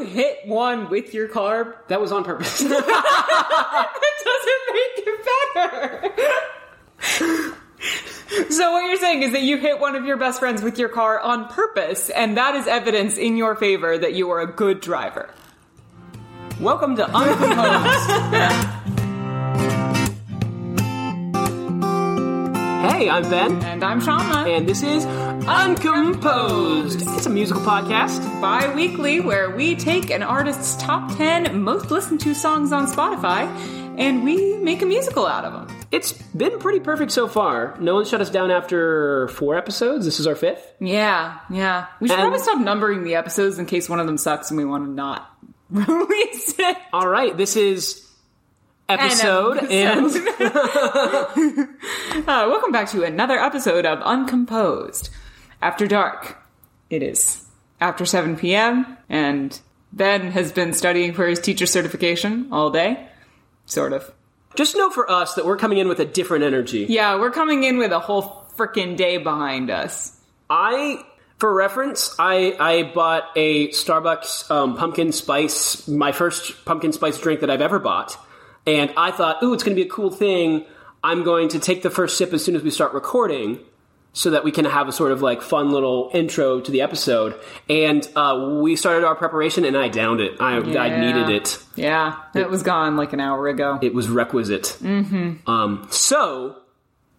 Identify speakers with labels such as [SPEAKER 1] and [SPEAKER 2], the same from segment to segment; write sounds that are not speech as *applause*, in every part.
[SPEAKER 1] hit one with your carb, *laughs* that was on purpose. that doesn't make it better. So what you're saying is that you hit one of your best friends with your car on purpose, and that is evidence in your favor that you are a good driver. Welcome to Uncomposed.
[SPEAKER 2] *laughs* Hey, I'm Ben,
[SPEAKER 1] and I'm Shauna.
[SPEAKER 2] and this is Uncomposed. It's a musical podcast.
[SPEAKER 1] Bi-weekly where we take an artist's top 10 most listened to songs on Spotify and we make a musical out of them.
[SPEAKER 2] It's been pretty perfect so far. No one shut us down after four episodes. This is our fifth.
[SPEAKER 1] Yeah, yeah. We should
[SPEAKER 2] And-
[SPEAKER 1] probably stop numbering the episodes in case one of them sucks and we want to not *laughs* release it.
[SPEAKER 2] All right, this is episode and
[SPEAKER 1] *laughs*
[SPEAKER 2] *laughs*
[SPEAKER 1] Uh, welcome back to another episode of Uncomposed. After dark, it is after 7 p.m., and Ben has been studying for his teacher certification all day. Sort of.
[SPEAKER 2] just know for us that we're coming in with a different energy.
[SPEAKER 1] Yeah, we're coming in with a whole freaking day behind us.
[SPEAKER 2] I, for reference, I I bought a Starbucks um, pumpkin spice, my first pumpkin spice drink that I've ever bought, and I thought, ooh, it's going to be a cool thing. I'm going to take the first sip as soon as we start recording, so that we can have a sort of like fun little intro to the episode. And uh, we started our preparation, and I downed it. I, I
[SPEAKER 1] Yeah.
[SPEAKER 2] needed it.
[SPEAKER 1] Yeah, that was gone like an hour ago.
[SPEAKER 2] It was requisite. Mm-hmm. Um, so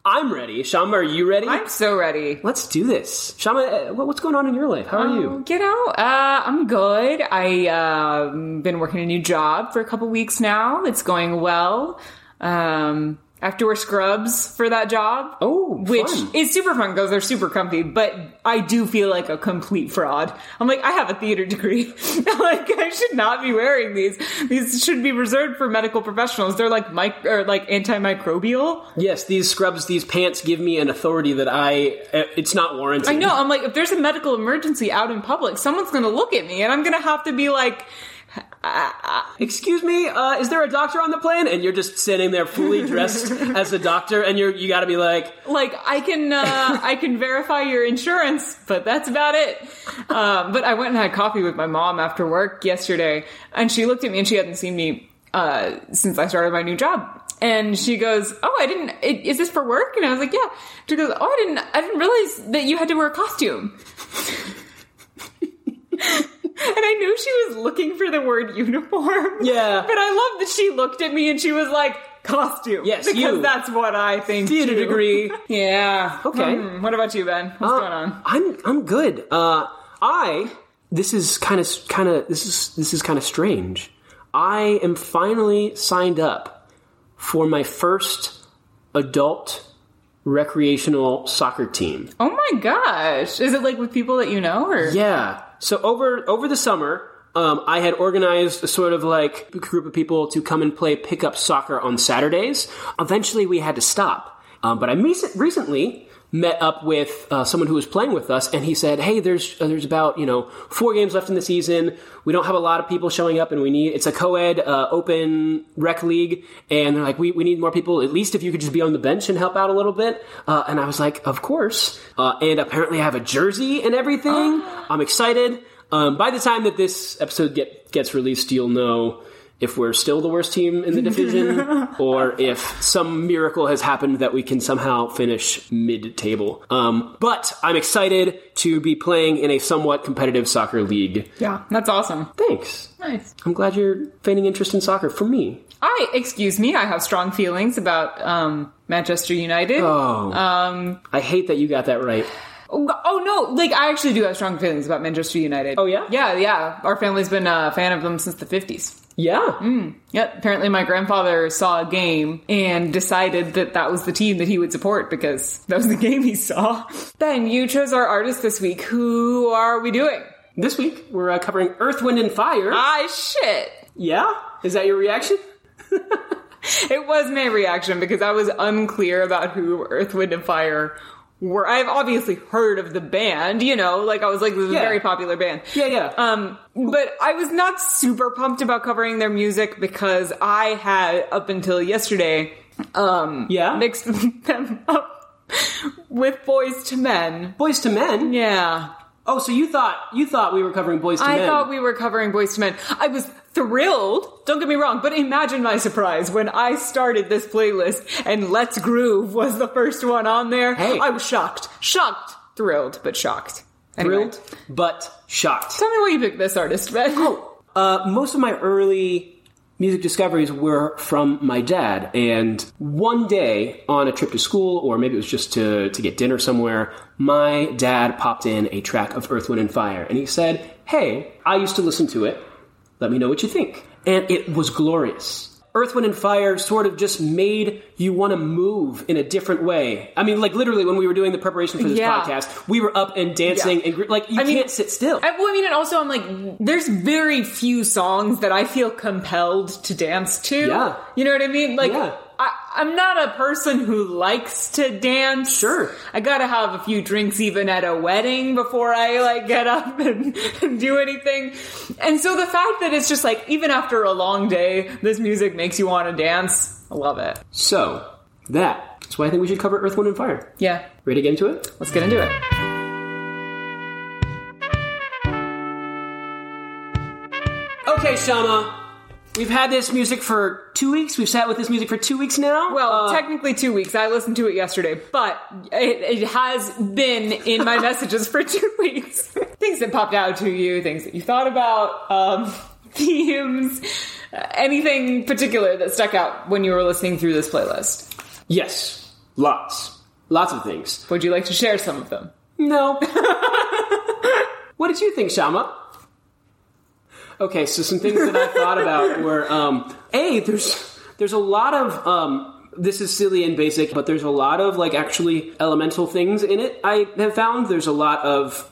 [SPEAKER 2] I'm ready. Shama, are you ready?
[SPEAKER 1] I'm so ready.
[SPEAKER 2] Let's do this. Shama, uh, what- what's going on in your life? How are you?
[SPEAKER 1] You know, uh, I'm good. I um, been working a new job for a couple weeks now. It's going well. Um, I have to wear scrubs for that job.
[SPEAKER 2] Oh,
[SPEAKER 1] Which
[SPEAKER 2] fun.
[SPEAKER 1] is super fun because they're super comfy, but I do feel like a complete fraud. I'm like, I have a theater degree. *laughs* like, I should not be wearing these. These should be reserved for medical professionals. They're like mic or like antimicrobial.
[SPEAKER 2] Yes, these scrubs, these pants give me an authority that I. uh, It's not warranted.
[SPEAKER 1] I know. I'm like, if there's a medical emergency out in public, someone's going to look at me, and I'm going to have to be like,
[SPEAKER 2] Excuse me, uh, is there a doctor on the plane? And you're just sitting
[SPEAKER 1] *laughs*
[SPEAKER 2] there fully dressed as a doctor, and you're you got to be like,
[SPEAKER 1] like I can
[SPEAKER 2] *laughs*
[SPEAKER 1] uh, I can verify your insurance, but that's about it. Um, but I went and had coffee with my mom after work yesterday, and she looked at me and she hadn't seen me uh, since I started my new job. And she goes, "Oh, I didn't. i- Is this for work?" And I was like, "Yeah." She goes, "Oh, I didn't. I didn't realize that you had to wear a costume." *laughs* and I knew she was looking for the word uniform.
[SPEAKER 2] Yeah.
[SPEAKER 1] But I love that she looked at me and she was like, "Costume."
[SPEAKER 2] Yes,
[SPEAKER 1] because
[SPEAKER 2] you.
[SPEAKER 1] that's what I think.
[SPEAKER 2] theater
[SPEAKER 1] too.
[SPEAKER 2] degree.
[SPEAKER 1] Yeah.
[SPEAKER 2] Okay.
[SPEAKER 1] Hmm, What about you, Ben? What's going
[SPEAKER 2] Uh,
[SPEAKER 1] on?
[SPEAKER 2] I'm I'm good. Uh, I this is kind of kind of this is this is kind of strange. I am finally signed up for my first adult recreational soccer team.
[SPEAKER 1] Oh my gosh! Is it like with people that you know, or
[SPEAKER 2] Yeah. So over over the summer, um, I had organized a sort of like group of people to come and play pickup soccer on Saturdays. Eventually, we had to stop. Um, but I mes- recently met up with uh, someone who was playing with us, and he said, "Hey, there's uh, there's about you know four games left in the season. We don't have a lot of people showing up, and we need it's a co-ed uh, open rec league, and they're like, we we need more people. At least if you could just be on the bench and help out a little bit." Uh, and I was like, "Of course." Uh, and apparently, I have a jersey and everything. I'm excited. Um, by the time that this episode get, gets released, you'll know if we're still the worst team in the division or if some miracle has happened that we can somehow finish mid table. Um, but I'm excited to be playing in a somewhat competitive soccer league.
[SPEAKER 1] yeah, that's awesome.
[SPEAKER 2] Thanks.
[SPEAKER 1] Nice.
[SPEAKER 2] I'm glad you're feigning interest in soccer for me.
[SPEAKER 1] I excuse me. I have strong feelings about um, Manchester United.
[SPEAKER 2] Oh.
[SPEAKER 1] Um,
[SPEAKER 2] I hate that you got that right.
[SPEAKER 1] oh, oh, no! Like I actually do have strong feelings about Manchester United.
[SPEAKER 2] Oh, yeah?
[SPEAKER 1] yeah, yeah. Our family's been a fan of them since the fifties.
[SPEAKER 2] Yeah.
[SPEAKER 1] Yep. Apparently, my grandfather saw a game and decided that that was the team that he would support because that was the *laughs* game he saw. Ben, you chose our artist this week. Who are we doing?
[SPEAKER 2] This week, we're uh, covering Earth, Wind, and Fire.
[SPEAKER 1] Ah, shit.
[SPEAKER 2] yeah? Is that your reaction?
[SPEAKER 1] It was my reaction because I was unclear about who Earth, Wind, and Fire were. I've obviously heard of the band, you know, like I was like, this is
[SPEAKER 2] Yeah.
[SPEAKER 1] a very popular band.
[SPEAKER 2] Yeah, yeah.
[SPEAKER 1] Um, but I was not super pumped about covering their music because I had up until yesterday, um,
[SPEAKER 2] Yeah?
[SPEAKER 1] mixed *laughs* them up with boys to men.
[SPEAKER 2] Boys to Men.
[SPEAKER 1] Yeah,
[SPEAKER 2] Oh, so you thought you thought we were covering boys to
[SPEAKER 1] I
[SPEAKER 2] men?
[SPEAKER 1] thought we were covering Boys to Men. I was thrilled. Don't get me wrong, but imagine my surprise when I started this playlist and Let's Groove was the first one on there.
[SPEAKER 2] Hey.
[SPEAKER 1] I was shocked, shocked, thrilled, but shocked. Anyway,
[SPEAKER 2] thrilled but shocked.
[SPEAKER 1] Tell me why you picked this artist, Ben.
[SPEAKER 2] Uh, most of my early music discoveries were from my dad. And one day on a trip to school, or maybe it was just to, to get dinner somewhere, my dad popped in a track of Earth, Wind, and Fire. And he said, Hey, I used to listen to it. Let me know what you think. And it was glorious. Earth, Wind, and Fire sort of just made you want to move in a different way. I mean, like literally, when we were doing the preparation for this
[SPEAKER 1] Yeah.
[SPEAKER 2] podcast, we were up and dancing
[SPEAKER 1] Yeah.
[SPEAKER 2] and gr- like you
[SPEAKER 1] I mean-
[SPEAKER 2] can't sit still.
[SPEAKER 1] I, well, I mean, and also I'm like, there's very few songs that I feel compelled to dance to.
[SPEAKER 2] Yeah.
[SPEAKER 1] You know what I mean? Like,
[SPEAKER 2] Yeah.
[SPEAKER 1] I, I'm not a person who likes to dance.
[SPEAKER 2] Sure.
[SPEAKER 1] I gotta have a few drinks even at a wedding before I like get up *laughs* and, and do anything. And so the fact that it's just like, even after a long day, this music makes you want to dance. I love it.
[SPEAKER 2] So that is why I think we should cover Earth, Wind, and Fire.
[SPEAKER 1] Yeah.
[SPEAKER 2] Ready to get into it?
[SPEAKER 1] Let's get into it.
[SPEAKER 2] Okay, Shama. We've had this music for two weeks. We've sat with this music for two weeks now.
[SPEAKER 1] Well,
[SPEAKER 2] Uh,
[SPEAKER 1] technically two weeks. I listened to it yesterday, but it, it has been in
[SPEAKER 2] *laughs*
[SPEAKER 1] my messages for two weeks. *laughs* things that popped out to you, things that you thought about, um, *laughs* themes, uh, anything particular that stuck out when you were listening through this playlist.
[SPEAKER 2] yes, lots, lots of things.
[SPEAKER 1] Would you like to share some of them?
[SPEAKER 2] No. *laughs* what did you think, Shama? Okay, so some things *laughs* that I thought about were um, a there's there's a lot of um, this is silly and basic, but there's a lot of like actually elemental things in it. I have found there's a lot of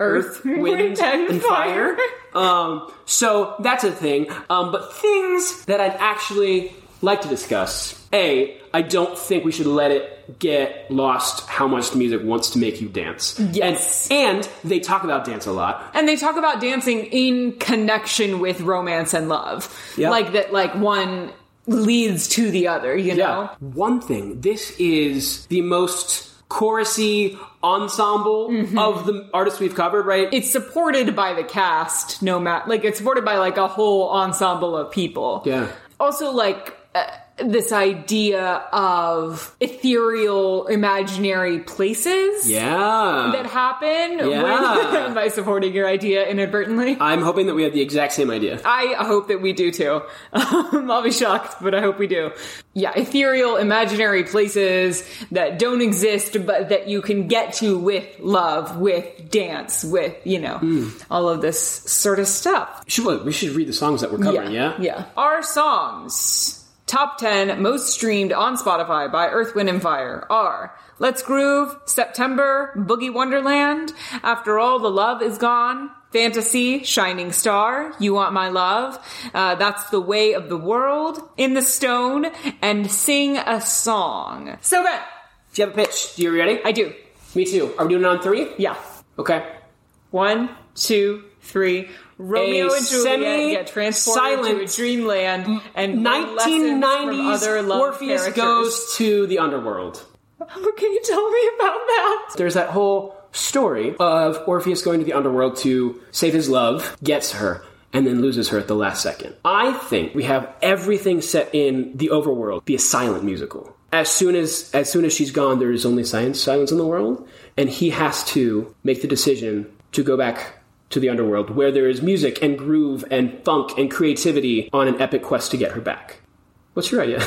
[SPEAKER 2] earth, wind, and fire. *laughs* Um, so that's a thing. Um, but things that I'd actually like to discuss. A, I don't think we should let it get lost how much music wants to make you dance.
[SPEAKER 1] Yes.
[SPEAKER 2] And, and they talk about dance a lot.
[SPEAKER 1] *laughs* And they talk about dancing in connection with romance and love.
[SPEAKER 2] Yeah.
[SPEAKER 1] Like that, like one leads to the other, you know?
[SPEAKER 2] One thing, this is the most chorusy ensemble of the artists we've covered, right?
[SPEAKER 1] it's supported by the cast no matter like it's supported by like a whole ensemble of people
[SPEAKER 2] yeah.
[SPEAKER 1] also like uh, this idea of ethereal imaginary places
[SPEAKER 2] Yeah.
[SPEAKER 1] that happen
[SPEAKER 2] Yeah.
[SPEAKER 1] when, *laughs* by supporting your idea inadvertently
[SPEAKER 2] I'm hoping that we have the exact same idea.
[SPEAKER 1] *laughs* I hope that we do too. Um, I'll be shocked, but I hope we do. Yeah, ethereal, imaginary places that don't exist, but that you can get to with love, with dance, with, you know, all of this sort of stuff.
[SPEAKER 2] Should, we- we should read the songs that we're covering, yeah?
[SPEAKER 1] Yeah. Our songs, top 10 most streamed on Spotify by Earth, Wind, and Fire are Let's Groove, September, Boogie Wonderland, After All the Love Is Gone, Fantasy, Shining Star, You Want My Love, uh, That's the Way of the World, In the Stone, and Sing a Song. So, Ben,
[SPEAKER 2] Do you have a pitch? Do you ready?
[SPEAKER 1] I do.
[SPEAKER 2] Me too. Are we doing it on three?
[SPEAKER 1] Yeah.
[SPEAKER 2] Okay.
[SPEAKER 1] One, two, three. Romeo
[SPEAKER 2] A
[SPEAKER 1] and Juliet get
[SPEAKER 2] semi-silent
[SPEAKER 1] transported to a dreamland, and learn lessons from
[SPEAKER 2] 1990s
[SPEAKER 1] other loved
[SPEAKER 2] Orpheus
[SPEAKER 1] characters.
[SPEAKER 2] goes to the underworld.
[SPEAKER 1] *laughs* Okay, tell me about that.
[SPEAKER 2] There's that whole story of Orpheus going to the underworld to save his love, gets her, and then loses her at the last second. I think we have everything set in the overworld be a silent musical. As soon as as soon as she's gone, there is only silence, silence in the world, and he has to make the decision to go back to the underworld where there is music and groove and funk and creativity on an epic quest to get her back. What's your idea?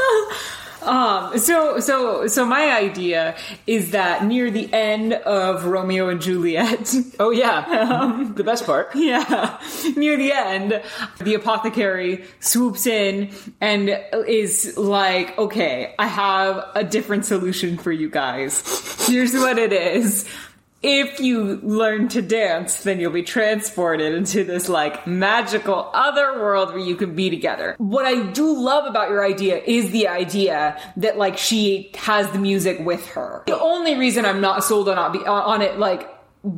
[SPEAKER 2] *laughs*
[SPEAKER 1] So, so, so my idea is that near the end of Romeo and Juliet, *laughs*
[SPEAKER 2] Oh yeah. the best part.
[SPEAKER 1] yeah, near the end, the apothecary swoops in and is like, okay, I have a different solution for you guys. Here's what it is. If you learn to dance, then you'll be transported into this like magical other world where you can be together. What I do love about your idea is the idea that like she has the music with her. The only reason I'm not sold on not be- on it like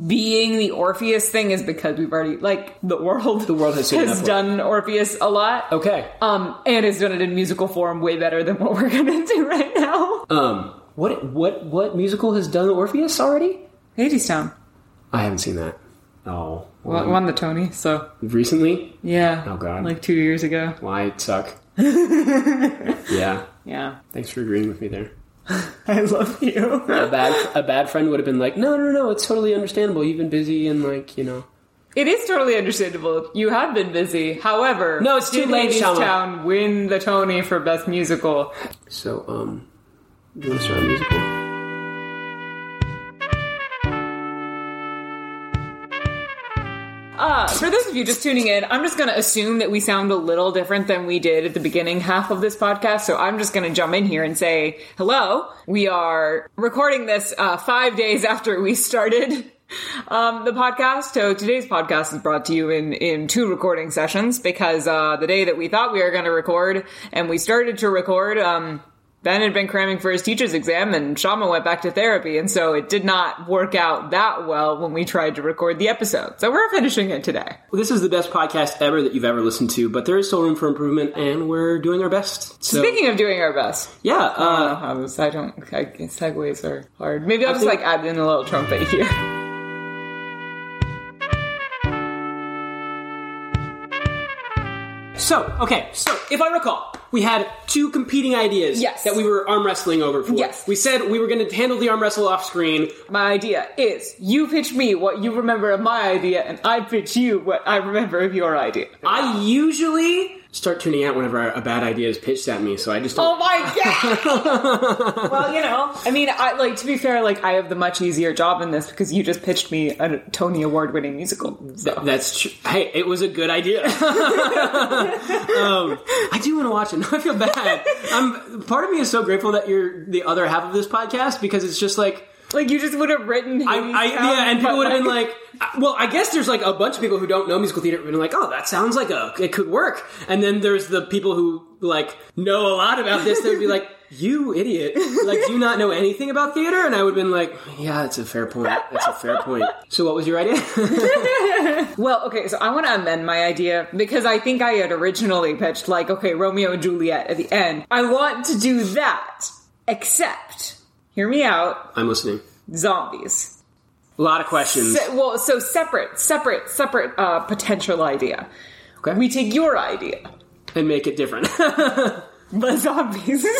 [SPEAKER 1] being the Orpheus thing is because we've already like the world the
[SPEAKER 2] world has seen enough of it.
[SPEAKER 1] done Orpheus a lot.
[SPEAKER 2] Okay.
[SPEAKER 1] Um and has done it in musical form way better than what *laughs* we're gonna do right now.
[SPEAKER 2] Um, what what what musical has done Orpheus already?
[SPEAKER 1] Hades Town.
[SPEAKER 2] I haven't seen that.
[SPEAKER 3] Oh,
[SPEAKER 1] Won, won the Tony, so
[SPEAKER 2] Recently?
[SPEAKER 1] yeah.
[SPEAKER 3] Oh, God.
[SPEAKER 1] Like two years ago.
[SPEAKER 2] Why it *laughs* suck? yeah.
[SPEAKER 1] Yeah.
[SPEAKER 2] Thanks for agreeing with me there.
[SPEAKER 1] *laughs* I love you.
[SPEAKER 2] A bad a bad friend would have been like, no, no, no, it's totally understandable. You've been busy and like you know.
[SPEAKER 1] *laughs* It is totally understandable. You have been busy. However,
[SPEAKER 2] No, it's too
[SPEAKER 1] did
[SPEAKER 2] late, Shyamalan.
[SPEAKER 1] Town win the Tony for best musical.
[SPEAKER 2] So um, you want to start a musical?
[SPEAKER 1] Uh, for those of you just tuning in, I'm just going to assume that we sound a little different than we did at the beginning half of this podcast. So I'm just going to jump in here and say, hello. We are recording this uh, five days after we started. *laughs* Um, the podcast. So today's podcast is brought to you in in two recording sessions because uh, the day that we thought we were going to record and we started to record, um, Ben had been cramming for his teacher's exam and Shama went back to therapy, and so it did not work out that well when we tried to record the episode. So we're finishing it today.
[SPEAKER 2] This is the best podcast ever that you've ever listened to, but there is still room for improvement, and we're doing our best.
[SPEAKER 1] *laughs*
[SPEAKER 2] So
[SPEAKER 1] Speaking of doing our best,
[SPEAKER 2] yeah,
[SPEAKER 1] I
[SPEAKER 2] uh,
[SPEAKER 1] don't know how this, I don't, I, segues are hard. Maybe I'll just
[SPEAKER 2] think-
[SPEAKER 1] like add in a little trumpet here. *laughs*
[SPEAKER 2] so okay, so if I recall, we had two competing ideas
[SPEAKER 1] Yes.
[SPEAKER 2] that we were arm wrestling over. For.
[SPEAKER 1] Yes.
[SPEAKER 2] we said we were going to handle the arm wrestle off screen.
[SPEAKER 1] My idea is you pitch me what you remember of my idea, and I pitch you what I remember of your idea.
[SPEAKER 2] I usually start tuning out whenever a bad idea is pitched at me, so I just
[SPEAKER 1] Oh
[SPEAKER 2] don't.
[SPEAKER 1] my *laughs* god! well, you know, I mean, I like to be fair. Like, I have the much easier job in this because you just pitched me a Tony Award-winning musical. So.
[SPEAKER 2] *laughs* That's true. Hey, it was a
[SPEAKER 1] *laughs*
[SPEAKER 2] good idea. um, I do want to watch it. Now I feel
[SPEAKER 1] *laughs*
[SPEAKER 2] bad. I'm, part of me is so grateful that you're the other half of this podcast because it's just like
[SPEAKER 1] Like you just would have written.
[SPEAKER 2] I,
[SPEAKER 1] Hades
[SPEAKER 2] I
[SPEAKER 1] Town,
[SPEAKER 2] yeah, and people
[SPEAKER 1] but,
[SPEAKER 2] would have been like, I- well, I guess there's like a bunch of people who don't know musical theater would been like, oh, that sounds like a it could work. And then there's the people who like know a lot about this. They'd be like, *laughs* you idiot, like do you not know anything about theater? And I would have been like, yeah, that's a fair point. That's a fair point. So what was your idea? *laughs*
[SPEAKER 1] well, okay, so I want to amend my idea because I think I had originally pitched like, okay, Romeo and Juliet at the end. I want to do that, except hear me out,
[SPEAKER 2] I'm listening.
[SPEAKER 1] zombies.
[SPEAKER 2] A lot of questions.
[SPEAKER 1] Se- well, so separate, separate, separate uh, potential idea.
[SPEAKER 2] Okay.
[SPEAKER 1] We take your idea, *laughs*
[SPEAKER 2] and make it different. *laughs*
[SPEAKER 1] but zombies. *laughs*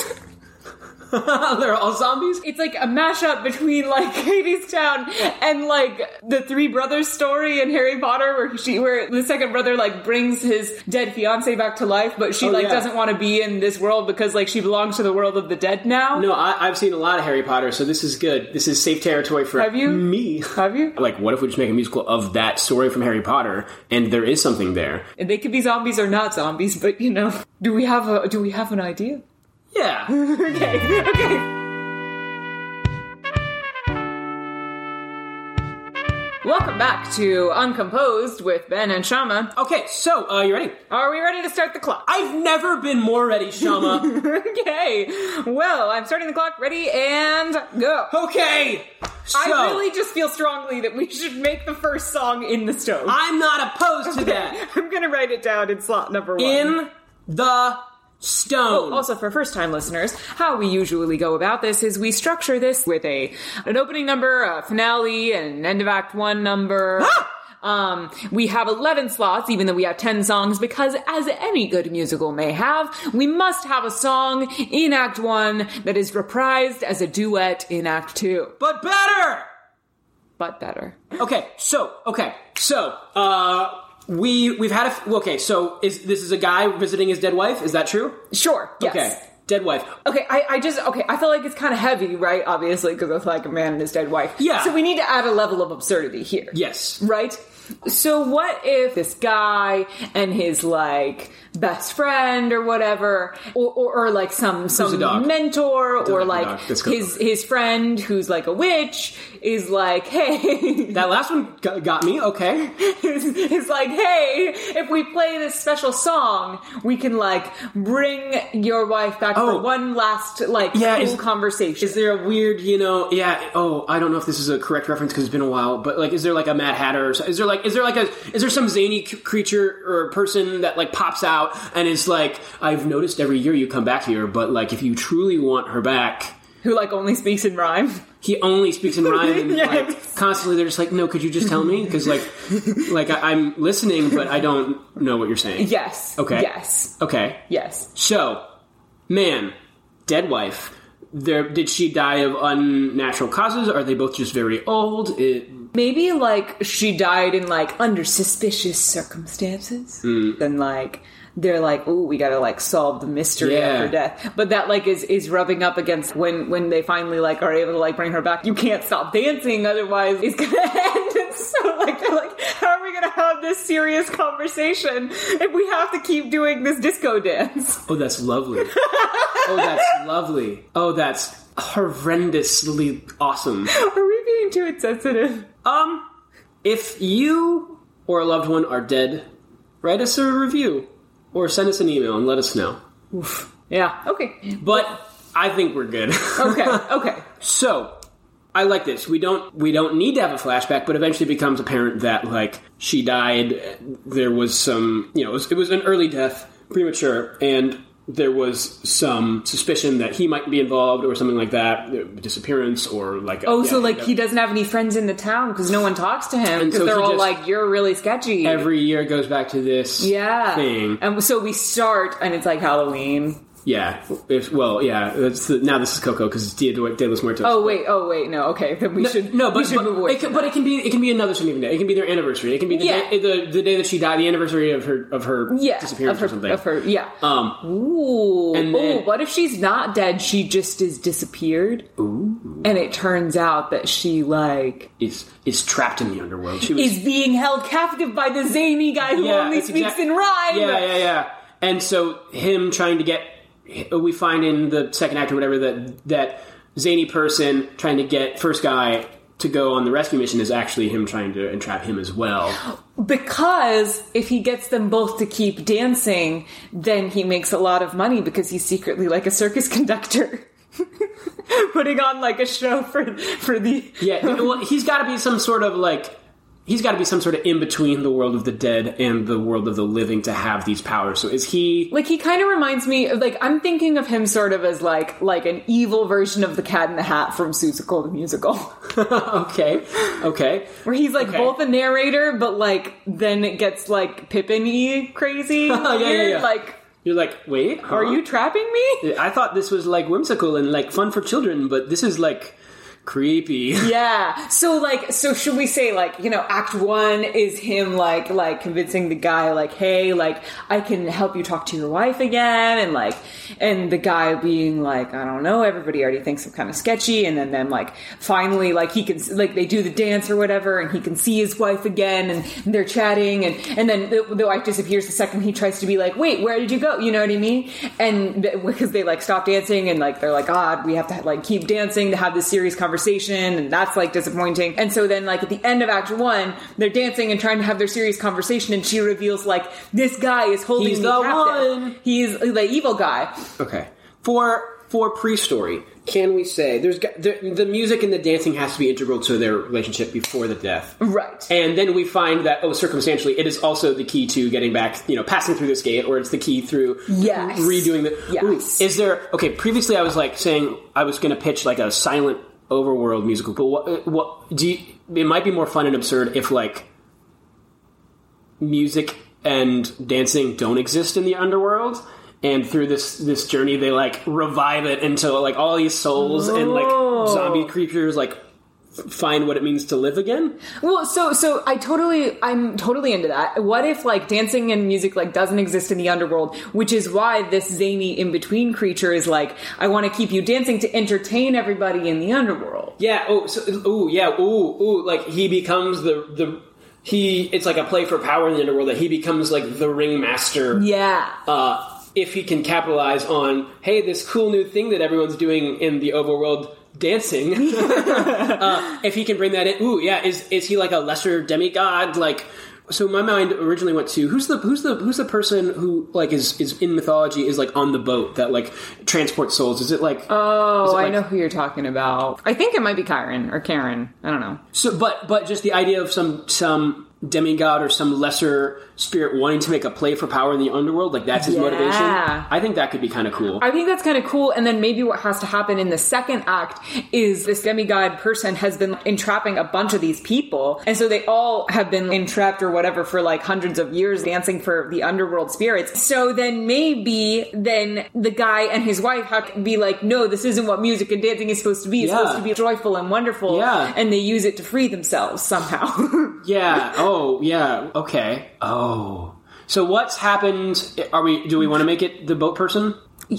[SPEAKER 2] They're all zombies.
[SPEAKER 1] it's like a mashup between like *laughs* Hades Town and like the Three Brothers story in Harry Potter, where she, where the second brother like brings his dead fiance back to life, but she
[SPEAKER 2] Oh,
[SPEAKER 1] like
[SPEAKER 2] yeah.
[SPEAKER 1] doesn't want to be in this world because like she belongs to the world of the dead now.
[SPEAKER 2] No, I, I've seen a lot of Harry Potter, so this is good. This is safe territory for
[SPEAKER 1] Have you?
[SPEAKER 2] me. *laughs*
[SPEAKER 1] Have you?
[SPEAKER 2] like what if we just make a musical of that story from harry potter and there is something there
[SPEAKER 1] And they could be zombies or not zombies, but you know, do we have a do we have an idea? *laughs*
[SPEAKER 2] *laughs* yeah
[SPEAKER 1] okay, okay. Welcome back to Uncomposed with Ben and Shama.
[SPEAKER 2] okay so uh, you ready
[SPEAKER 1] Are we ready to start the clock?
[SPEAKER 2] i've never been more ready shama
[SPEAKER 1] *laughs* Okay. Well, I'm starting the clock. Ready and go.
[SPEAKER 2] okay so
[SPEAKER 1] I really just feel strongly that we should make the first song in the stove.
[SPEAKER 2] i'm not opposed to that
[SPEAKER 1] *laughs* I'm gonna write it down in slot number one.
[SPEAKER 2] in the stone
[SPEAKER 1] Also, for first time listeners, how we usually go about this is we structure this with a an opening number, a finale, and an end of act one number. Um, we have 11 slots, even though we have 10 songs, because as any good musical may have, we must have a song in Act 1 that is reprised as a duet in Act 2.
[SPEAKER 2] but better
[SPEAKER 1] But better.
[SPEAKER 2] okay so okay so uh we we've had a f- okay so is this is a guy visiting his dead wife is that true
[SPEAKER 1] Sure, yes.
[SPEAKER 2] okay dead wife
[SPEAKER 1] Okay, I, I just okay. I feel like it's kind of heavy, right? Obviously, because it's like a man and his dead wife.
[SPEAKER 2] Yeah.
[SPEAKER 1] So we need to add a level of absurdity here.
[SPEAKER 2] yes
[SPEAKER 1] Right? So what if this guy and his like best friend or whatever, or, or, or like some some
[SPEAKER 2] a dog?
[SPEAKER 1] mentor, or
[SPEAKER 2] like a
[SPEAKER 1] like
[SPEAKER 2] dog. That's good.
[SPEAKER 1] his his friend who's like a witch is like, hey, *laughs*
[SPEAKER 2] that last one got, got me okay
[SPEAKER 1] is, is like, hey, if we play this special song, we can like bring your wife back
[SPEAKER 2] Oh.
[SPEAKER 1] for one last like
[SPEAKER 2] Yeah,
[SPEAKER 1] cool
[SPEAKER 2] is-
[SPEAKER 1] conversation.
[SPEAKER 2] Is there a weird, you know, yeah? Oh, I don't know if this is a correct reference because it's been a while, but like, is there like a Mad Hatter? Or so, is there like, is there like a, is there some zany c- creature or person that like pops out and is like, I've noticed every year you come back here, but like, if you truly want her back,
[SPEAKER 1] who like only speaks in rhyme? *laughs*
[SPEAKER 2] he only speaks in rhyme and
[SPEAKER 3] Yes.
[SPEAKER 2] like constantly they're just like, no, could you just tell me? Because like, like I, I'm listening, but I don't know what
[SPEAKER 1] *laughs*
[SPEAKER 2] you're saying.
[SPEAKER 1] Yes.
[SPEAKER 2] Okay.
[SPEAKER 1] Yes.
[SPEAKER 2] Okay.
[SPEAKER 1] Yes.
[SPEAKER 2] So, man, dead wife. There, did she die of unnatural causes? Are they both just very old? It,
[SPEAKER 1] Maybe like she died in like under suspicious circumstances. Then like they're like, oh, we gotta like solve the mystery
[SPEAKER 2] Yeah.
[SPEAKER 1] of her death. But that like is is rubbing up against when when they finally like are able to like bring her back. You can't stop dancing, otherwise it's gonna *laughs* end. And so like they're like, how are we gonna have this serious conversation if we have to keep doing this disco dance? *laughs*
[SPEAKER 2] oh, that's lovely. oh, that's lovely. Oh, that's horrendously awesome.
[SPEAKER 1] Are we being too insensitive?
[SPEAKER 2] Um, if you or a loved one are dead, write us a review or send us an email and let us know.
[SPEAKER 1] Yeah. Okay.
[SPEAKER 2] But I think we're good.
[SPEAKER 1] Okay. Okay.
[SPEAKER 2] So I like this. We don't we don't need to have a flashback, but eventually it becomes apparent that like she died. There was some you know it was, it was an early death, premature, and there was some suspicion that he might be involved or something like that, uh, disappearance or like
[SPEAKER 1] Oh, so like he doesn't have any friends in the town because no one talks to him
[SPEAKER 2] And
[SPEAKER 1] because
[SPEAKER 2] so
[SPEAKER 1] they're
[SPEAKER 2] he
[SPEAKER 1] all
[SPEAKER 2] just-
[SPEAKER 1] like, "You're really sketchy."
[SPEAKER 2] every year goes back to this
[SPEAKER 1] yeah,
[SPEAKER 2] thing.
[SPEAKER 1] and so we start, and it's like Halloween.
[SPEAKER 2] Yeah. If, well, yeah. That's the, now this is Coco because it's Dia de, de los Muertos.
[SPEAKER 1] Oh wait, oh wait, no, okay, then we should
[SPEAKER 2] no,
[SPEAKER 1] we
[SPEAKER 2] but,
[SPEAKER 1] should
[SPEAKER 2] but,
[SPEAKER 1] move away.
[SPEAKER 2] it can, but it can be it can be another Suneven day. It can be their anniversary. It can be the,
[SPEAKER 1] Yeah.
[SPEAKER 2] day, the the day that she died, the anniversary of her of her
[SPEAKER 1] yeah,
[SPEAKER 2] disappearance
[SPEAKER 1] of her,
[SPEAKER 2] or something.
[SPEAKER 1] Of her, yeah.
[SPEAKER 2] Um,
[SPEAKER 1] Ooh,
[SPEAKER 2] and then-
[SPEAKER 1] ooh, what if she's not dead? She just is disappeared,
[SPEAKER 2] ooh,
[SPEAKER 1] and it turns out that she like
[SPEAKER 2] is is trapped in the underworld. She was,
[SPEAKER 1] is being held captive by the zany guy who
[SPEAKER 2] yeah,
[SPEAKER 1] only
[SPEAKER 2] it's
[SPEAKER 1] speaks
[SPEAKER 2] exact-
[SPEAKER 1] in rhyme.
[SPEAKER 2] Yeah, yeah, yeah. And so him trying to get we find in the second act or whatever that that zany person trying to get first guy to go on the rescue mission is actually him trying to entrap him as well.
[SPEAKER 1] Because if he gets them both to keep dancing, then he makes a lot of money because he's secretly like a circus *laughs* conductor. Putting on like a show for for the
[SPEAKER 2] Yeah, well, he's got to be some sort of like he's got to be some sort of in between the world of the dead and the world of the living to have these powers. So is he? *laughs*
[SPEAKER 1] like he kind of reminds me of like I'm thinking of him sort of as like like an evil version of the Cat in the Hat from Susicle the musical, *laughs*
[SPEAKER 2] okay, okay.
[SPEAKER 1] where he's like
[SPEAKER 2] Okay.
[SPEAKER 1] both a narrator but like then it gets like Pippin y crazy.
[SPEAKER 2] *laughs* yeah, yeah,
[SPEAKER 1] weird,
[SPEAKER 2] yeah.
[SPEAKER 1] Like,
[SPEAKER 2] You're like, wait, huh?
[SPEAKER 1] are you trapping me?
[SPEAKER 2] I thought this was like whimsical and like fun for children, but this is like creepy. *laughs*
[SPEAKER 1] Yeah. So like so should we say like, you know, act 1 is him like like convincing the guy like, "Hey, like I can help you talk to your wife again." And like and the guy being like, "I don't know, everybody already thinks I'm kind of sketchy." And then them like finally like he can like they do the dance or whatever and he can see his wife again and they're chatting and and then the, the wife disappears the second he tries to be like, "Wait, where did you go?" You know what I mean? And because they like stop dancing and like they're like, "God, we have to like keep dancing to have this serious conversation," and that's like disappointing. And so then like at the end of Act One, they're dancing and trying to have their serious conversation, and she reveals like, "This guy is holding
[SPEAKER 2] He's
[SPEAKER 1] me
[SPEAKER 2] the
[SPEAKER 1] captive.
[SPEAKER 2] one."
[SPEAKER 1] He's the evil guy."
[SPEAKER 2] Okay. For for pre-story, can we say there's got- the, the music and the dancing has to be integral to their relationship before the death,
[SPEAKER 1] Right.
[SPEAKER 2] And then we find that oh, circumstantially, it is also the key to getting back, you know, passing through this gate, or it's the key through
[SPEAKER 1] Yes.
[SPEAKER 2] redoing the. Ooh,
[SPEAKER 1] Yes.
[SPEAKER 2] is there okay? Previously, I was like saying I was going to pitch like a silent overworld musical, but what, what do you, it might be more fun and absurd if like music and dancing don't exist in the underworld. And through this this journey, they like revive it until like all these souls and
[SPEAKER 1] Oh.
[SPEAKER 2] like zombie creatures like f- find what it means to live again.
[SPEAKER 1] Well, so so I totally I'm totally into that. What if like dancing and music like doesn't exist in the underworld, which is why this zany in between creature is like I want to keep you dancing to entertain everybody in the underworld.
[SPEAKER 2] Yeah. Oh. So, ooh. Yeah. Ooh. Ooh. Like he becomes the the he. It's like a play for power in the underworld that he becomes like the ringmaster.
[SPEAKER 1] Yeah.
[SPEAKER 2] Uh, if he can capitalize on hey, this cool new thing that everyone's doing in the overworld
[SPEAKER 1] *laughs*
[SPEAKER 2] dancing. uh, if he can bring that in. Ooh. Yeah. Is is he like a lesser demigod? Like. So my mind originally went to who's the who's the who's the person who like is is in mythology is like on the boat that like transports souls is it like
[SPEAKER 1] oh, I
[SPEAKER 2] like-
[SPEAKER 1] know who you're talking about. I think it might be Kyron or Karen. I don't know.
[SPEAKER 2] So, but but just the idea of some some demigod or some lesser spirit wanting to make a play for power in the underworld, like that's his
[SPEAKER 1] Yeah.
[SPEAKER 2] motivation. I think that could be kind of cool.
[SPEAKER 1] I think that's kind of cool. And then maybe what has to happen in the second act is this demigod person has been entrapping a bunch of these people. And so they all have been entrapped or whatever for like hundreds of years dancing for the underworld spirits. So then maybe then the guy and his wife have to be like, no, this isn't what music and dancing is supposed to be. It's
[SPEAKER 2] Yeah.
[SPEAKER 1] supposed to be joyful and wonderful.
[SPEAKER 2] Yeah.
[SPEAKER 1] And they use it to free themselves somehow. *laughs*
[SPEAKER 2] yeah. Oh, yeah. Okay. Oh. So what's happened? Are we? Do we want to make it the boat person?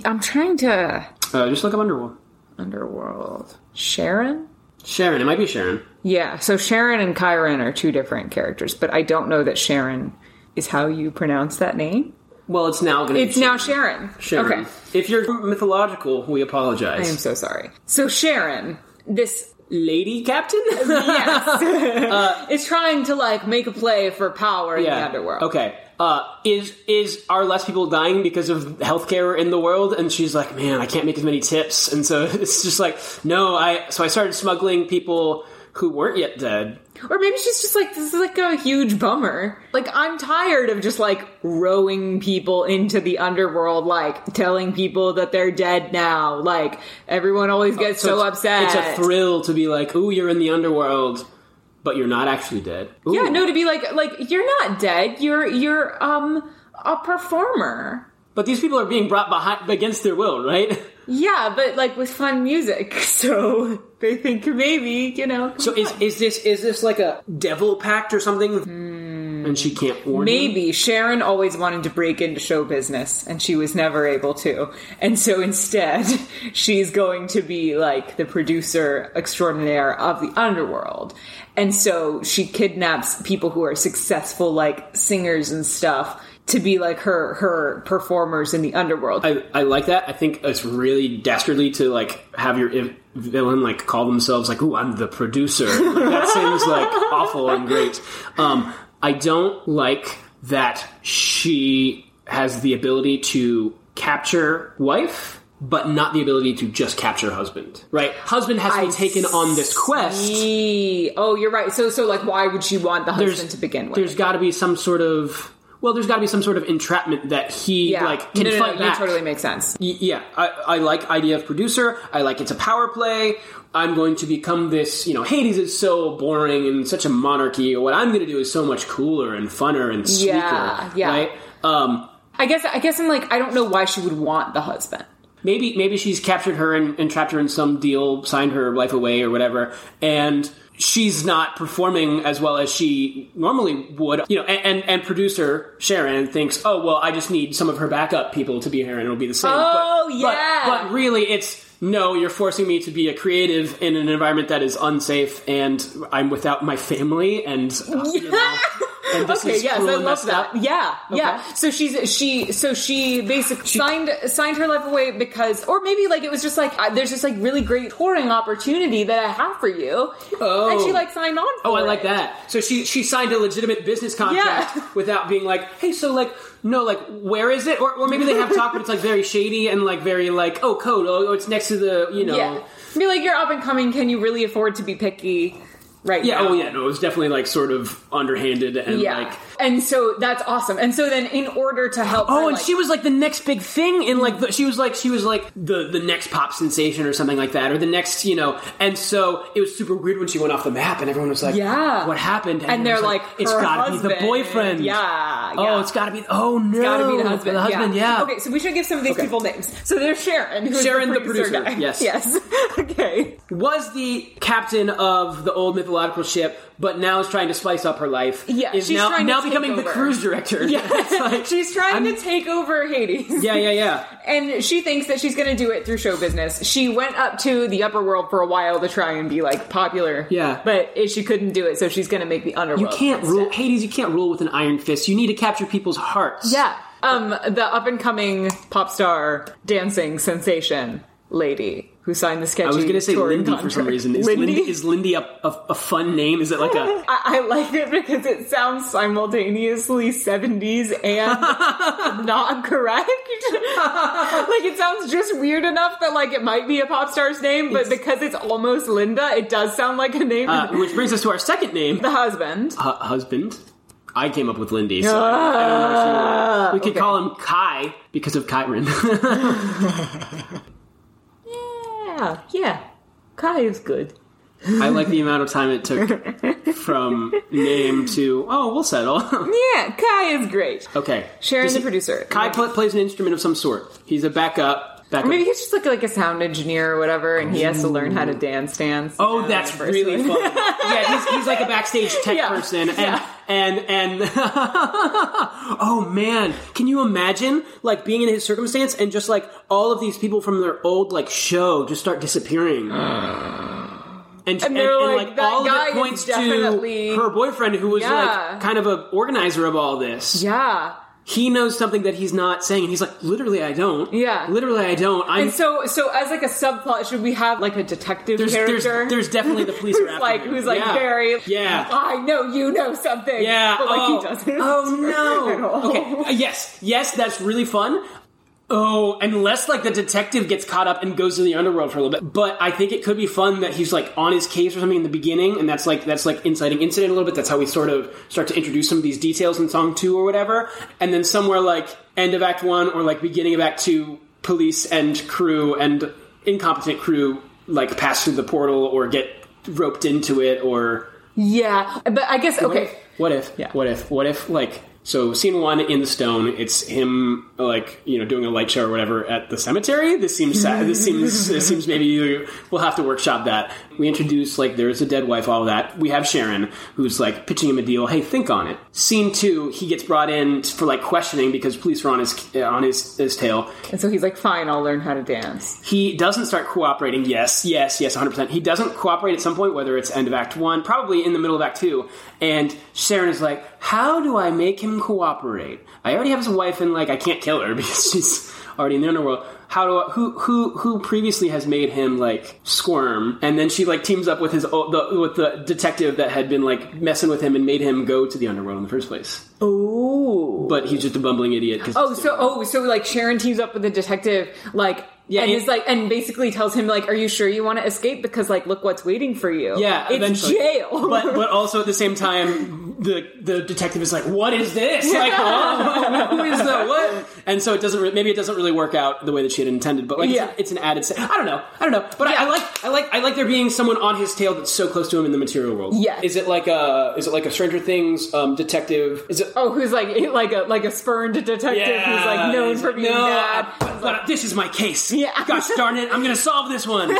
[SPEAKER 1] I'm trying to.
[SPEAKER 2] Uh, just look up Underworld.
[SPEAKER 1] Underworld. Sharon?
[SPEAKER 2] Sharon. It might be Sharon.
[SPEAKER 1] Yeah, so Sharon and Chiron are two different characters, but I don't know that Sharon is how you pronounce that name.
[SPEAKER 2] Well, it's now going to.
[SPEAKER 1] It's now Sharon.
[SPEAKER 2] Sharon.
[SPEAKER 1] Okay.
[SPEAKER 2] If you're mythological, we
[SPEAKER 1] I
[SPEAKER 2] apologize.
[SPEAKER 1] am so sorry. So Sharon,
[SPEAKER 2] *laughs*
[SPEAKER 1] this
[SPEAKER 2] Lady Captain.
[SPEAKER 1] yes,
[SPEAKER 2] Uh,
[SPEAKER 1] is trying to like make a play for power in the underworld.
[SPEAKER 2] Okay. Uh, is is are less people dying because of healthcare in the world? And she's like, man, I can't make as many tips, *laughs* and so it's just like, no, I. So I started smuggling people who weren't yet dead.
[SPEAKER 1] Or maybe she's just like this is like a huge bummer. Like I'm tired of just like rowing people into the underworld, like telling people that they're dead now. Like everyone always gets so,
[SPEAKER 2] Oh, it's-
[SPEAKER 1] upset.
[SPEAKER 2] It's a thrill to be like, ooh, you're in the underworld, but you're not actually dead. Ooh.
[SPEAKER 1] Yeah, no, to be like like you're not dead. You're you're um a performer.
[SPEAKER 2] But these people are being brought behind against their will, right? *laughs*
[SPEAKER 1] Yeah, but like with fun music. *laughs* So they think maybe, you know.
[SPEAKER 2] So is is this is this like a devil pact or something?
[SPEAKER 1] Hmm.
[SPEAKER 2] And she can't warn him?
[SPEAKER 1] maybe Sharon always wanted to break into show business and she was never able to. And so instead, *laughs* she's going to be like the producer extraordinaire of the underworld. And so she kidnaps people who are successful like singers and stuff to be like her her performers in the underworld.
[SPEAKER 2] I, I like that. I think it's really dastardly to like have your i- villain like call themselves like, "Ooh, I'm the producer." *laughs* Like, that seems like awful and great. Um, I don't like that she has the ability to capture wife, but not the ability to just capture husband. Right? Husband has to
[SPEAKER 1] I
[SPEAKER 2] be taken on this quest.
[SPEAKER 1] See. Oh, you're right. So, so like, why would she want the husband to begin with?
[SPEAKER 2] There's got to be some sort of well, there's got to be some sort of entrapment that he like can
[SPEAKER 1] no, no, no,
[SPEAKER 2] fight
[SPEAKER 1] you
[SPEAKER 2] back.
[SPEAKER 1] totally makes sense.
[SPEAKER 2] Y- yeah I, I like idea of producer i like it's a power play i'm going to become this you know hades is so boring and such a monarchy what i'm going to do is so much cooler and funner and sweeter
[SPEAKER 1] Yeah, yeah.
[SPEAKER 2] right um
[SPEAKER 1] I guess, I guess, I'm like, I don't know why she would want the husband.
[SPEAKER 2] maybe maybe she's captured her and, and trapped her in some deal signed her life away or whatever and she's not performing as well as she normally would you know and, and, and producer sharon thinks oh well i just need some of her backup people to be here and it'll be the same
[SPEAKER 1] Oh,
[SPEAKER 2] but,
[SPEAKER 1] yeah.
[SPEAKER 2] but, but really it's no you're forcing me to be a creative in an environment that is unsafe and i'm without my family and uh,
[SPEAKER 1] *laughs*
[SPEAKER 2] you know, and this
[SPEAKER 1] okay,
[SPEAKER 2] is
[SPEAKER 1] yes,
[SPEAKER 2] cruel
[SPEAKER 1] I
[SPEAKER 2] and
[SPEAKER 1] love
[SPEAKER 2] messed
[SPEAKER 1] that.
[SPEAKER 2] up.
[SPEAKER 1] Yeah, yeah. So she's she so she basically signed signed her life away because, or maybe like it was just like I, there's this like really great touring opportunity that I have for you,
[SPEAKER 2] Oh.
[SPEAKER 1] and she like signed on. For
[SPEAKER 2] Oh, I like
[SPEAKER 1] it.
[SPEAKER 2] that. So she she signed a legitimate business contract
[SPEAKER 1] Yeah.
[SPEAKER 2] without being like, hey, so like, no, like, where is it? Or, or maybe they have talk, but it's like very shady and like very like, oh, code. Oh, it's next to the, you know.
[SPEAKER 1] Yeah, be like you're up and coming. Can you really afford to be picky? Right.
[SPEAKER 2] Yeah,
[SPEAKER 1] now?
[SPEAKER 2] Oh, yeah. No, it was definitely like sort of underhanded and
[SPEAKER 1] Yeah.
[SPEAKER 2] like.
[SPEAKER 1] and so that's awesome. And so then in order to help
[SPEAKER 2] Oh,
[SPEAKER 1] her,
[SPEAKER 2] and
[SPEAKER 1] like-
[SPEAKER 2] she was like the next big thing in like the, she was like she was like the the next pop sensation or something like that or the next you know and so it was super weird when she went off the map and everyone was like
[SPEAKER 1] Yeah.
[SPEAKER 2] what happened
[SPEAKER 1] and they're
[SPEAKER 2] it was
[SPEAKER 1] like,
[SPEAKER 2] it's
[SPEAKER 1] her
[SPEAKER 2] gotta be the
[SPEAKER 1] husband.
[SPEAKER 2] boyfriend
[SPEAKER 1] Yeah.
[SPEAKER 2] Oh,
[SPEAKER 1] yeah.
[SPEAKER 2] it's got to be. Oh no,
[SPEAKER 1] It's gotta be the husband.
[SPEAKER 2] The husband, yeah.
[SPEAKER 1] Okay, so we should give some of these
[SPEAKER 2] Okay.
[SPEAKER 1] people names. So there's Sharon, who's
[SPEAKER 2] Sharon,
[SPEAKER 1] the
[SPEAKER 2] the
[SPEAKER 1] producer.
[SPEAKER 2] producer,
[SPEAKER 1] guy. *laughs*
[SPEAKER 2] yes.
[SPEAKER 1] Yes. okay.
[SPEAKER 2] Was the captain of the old mythological ship, but now is trying to spice up her life.
[SPEAKER 1] Yeah,
[SPEAKER 2] is
[SPEAKER 1] she's
[SPEAKER 2] now
[SPEAKER 1] trying to
[SPEAKER 2] now
[SPEAKER 1] take
[SPEAKER 2] becoming the
[SPEAKER 1] over.
[SPEAKER 2] cruise director. *laughs* Yeah,
[SPEAKER 1] *laughs* she's trying
[SPEAKER 2] I'm-
[SPEAKER 1] to take over Hades.
[SPEAKER 2] *laughs* yeah, yeah, yeah.
[SPEAKER 1] And she thinks that she's going to do it through show business. She went up to the upper world for a while to try and be like popular.
[SPEAKER 2] Yeah.
[SPEAKER 1] But it- she couldn't do it, so she's going to make the
[SPEAKER 2] You
[SPEAKER 1] underworld.
[SPEAKER 2] can't
[SPEAKER 1] instead.
[SPEAKER 2] rule Hades. You can't rule with an iron fist. You need to capture people's hearts.
[SPEAKER 1] Yeah. Um, the up and coming pop star dancing sensation lady who signed the sketchy.
[SPEAKER 2] I was
[SPEAKER 1] going to
[SPEAKER 2] say Lindy for some reason. Is Lindy, is Lindy a, a, a fun name? Is it like *laughs*
[SPEAKER 1] *laughs*
[SPEAKER 2] a?
[SPEAKER 1] I, I like it because it sounds simultaneously 70s
[SPEAKER 2] *laughs*
[SPEAKER 1] and not correct. *laughs* like it sounds just weird enough that like it might be a pop star's name, but because it's almost Linda, it does sound like a name.
[SPEAKER 2] Uh, which brings us to our second name,
[SPEAKER 1] the husband.
[SPEAKER 2] Hu- husband. I came up with Lindy. So I don't know if you- we could
[SPEAKER 1] okay.
[SPEAKER 2] call him Kai because of *laughs* Kyron.
[SPEAKER 1] Yeah, yeah. Kai is good.
[SPEAKER 2] I like the amount of time it took from name to oh, we'll settle. *laughs*
[SPEAKER 1] Yeah, Kai is great.
[SPEAKER 2] okay,
[SPEAKER 1] Sharon,
[SPEAKER 2] Does
[SPEAKER 1] the
[SPEAKER 2] he-
[SPEAKER 1] producer.
[SPEAKER 2] Kai pl- plays an instrument of some sort. He's a backup. Backup.
[SPEAKER 1] Maybe he's just like like a sound engineer or whatever, and he has to learn how to dance dance.
[SPEAKER 2] Oh,
[SPEAKER 1] Yeah,
[SPEAKER 2] that's
[SPEAKER 1] first
[SPEAKER 2] really
[SPEAKER 1] one.
[SPEAKER 2] fun. Yeah, he's, he's like
[SPEAKER 1] *laughs*
[SPEAKER 2] a backstage tech
[SPEAKER 1] Yeah.
[SPEAKER 2] person, and
[SPEAKER 1] Yeah.
[SPEAKER 2] and and *laughs* oh man, can you imagine like being in his circumstance and just like all of these people from their old like show just start disappearing.
[SPEAKER 1] *gasps*
[SPEAKER 2] And, and,
[SPEAKER 1] they're
[SPEAKER 2] and,
[SPEAKER 1] like,
[SPEAKER 2] like
[SPEAKER 1] "That
[SPEAKER 2] all
[SPEAKER 1] guy
[SPEAKER 2] of
[SPEAKER 1] is
[SPEAKER 2] it points
[SPEAKER 1] definitely-
[SPEAKER 2] to her boyfriend, who was
[SPEAKER 1] Yeah.
[SPEAKER 2] like kind of a organizer of all
[SPEAKER 1] *laughs*
[SPEAKER 2] this.
[SPEAKER 1] Yeah.
[SPEAKER 2] He knows something that he's not saying, and he's like, "Literally, I don't.
[SPEAKER 1] Yeah.
[SPEAKER 2] literally, I don't. I'm
[SPEAKER 1] And so, so as like a subplot, should we have like a detective
[SPEAKER 2] there's, there's
[SPEAKER 1] character?
[SPEAKER 2] there's definitely the police
[SPEAKER 1] *laughs*
[SPEAKER 2] are
[SPEAKER 1] who's
[SPEAKER 2] after
[SPEAKER 1] like
[SPEAKER 2] me.
[SPEAKER 1] who's like
[SPEAKER 2] Yeah.
[SPEAKER 1] very
[SPEAKER 2] yeah.
[SPEAKER 1] I know you know something.
[SPEAKER 2] Yeah.
[SPEAKER 1] but like
[SPEAKER 2] oh.
[SPEAKER 1] he doesn't. *laughs*
[SPEAKER 2] Oh
[SPEAKER 1] at all.
[SPEAKER 2] no. Okay. uh, Yes. Yes. That's really fun. Oh, unless like the detective gets caught up and goes to the underworld for a little bit. But I think it could be fun that he's like on his case or something in the beginning, and that's like that's like inciting incident a little bit. That's how we sort of start to introduce some of these details in song two or whatever. And then somewhere like end of act one or like beginning of act two, police and crew and incompetent crew like pass through the portal or get roped into it or
[SPEAKER 1] *laughs* Yeah, but I guess
[SPEAKER 2] what
[SPEAKER 1] okay.
[SPEAKER 2] if- What if?
[SPEAKER 1] Yeah.
[SPEAKER 2] What if? What if? Like, so scene one in the stone, it's him like you know doing a light show or whatever at the cemetery. This seems sad.
[SPEAKER 1] *laughs*
[SPEAKER 2] this seems this seems maybe you, we'll have to workshop that. We introduce like there is a dead wife, all that. We have Sharon who's like pitching him a deal. Hey, think on it. Scene two, he gets brought in for like questioning because police are on his on his his tail.
[SPEAKER 1] And so he's like, fine, I'll learn how to dance.
[SPEAKER 2] He doesn't start cooperating. Yes, yes, yes, 100%. He doesn't cooperate at some point, whether it's end of Act 1, probably in the middle of Act 2. And Sharon is like, How do I make him cooperate? I already have his wife, and like, I can't kill her *laughs* because she's already in the underworld. How do I, who who who previously has made him like squirm, and then she like teams up with his o- the, with the detective that had been like messing with him and made him go to the underworld in the first place.
[SPEAKER 1] Oh.
[SPEAKER 2] But he's just a bumbling idiot. 'cause-
[SPEAKER 1] Oh, so oh, so like Sharon teams up with the detective, like
[SPEAKER 2] Yeah,
[SPEAKER 1] and
[SPEAKER 2] it-
[SPEAKER 1] is like and basically tells him like, "Are you sure you want to escape? Because like, look what's waiting for you.
[SPEAKER 2] Yeah,
[SPEAKER 1] it's
[SPEAKER 2] eventually.
[SPEAKER 1] jail.
[SPEAKER 2] but but also at the same time, the the detective is like, "What is this? *laughs* Like, oh, who is the what?" And so it doesn't. Re- maybe it doesn't really work out the way that she had intended. But like, it's-
[SPEAKER 1] Yeah.
[SPEAKER 2] it's, an added. Se- I don't know. I don't know. But I, I
[SPEAKER 1] Yeah.
[SPEAKER 2] like I like I like there being someone on his tail that's so close to him in the material world.
[SPEAKER 1] Yes.
[SPEAKER 2] Is it like a is it like a Stranger Things um, detective?
[SPEAKER 1] *laughs*
[SPEAKER 2] Is it?
[SPEAKER 1] *laughs* oh, who's like like a like a spurned detective who's like known
[SPEAKER 2] he's
[SPEAKER 1] for being
[SPEAKER 2] no,
[SPEAKER 1] bad.
[SPEAKER 2] But, but this is my case.
[SPEAKER 1] Yeah.
[SPEAKER 2] Gosh darn it! I'm gonna solve
[SPEAKER 1] *laughs*
[SPEAKER 2] this one.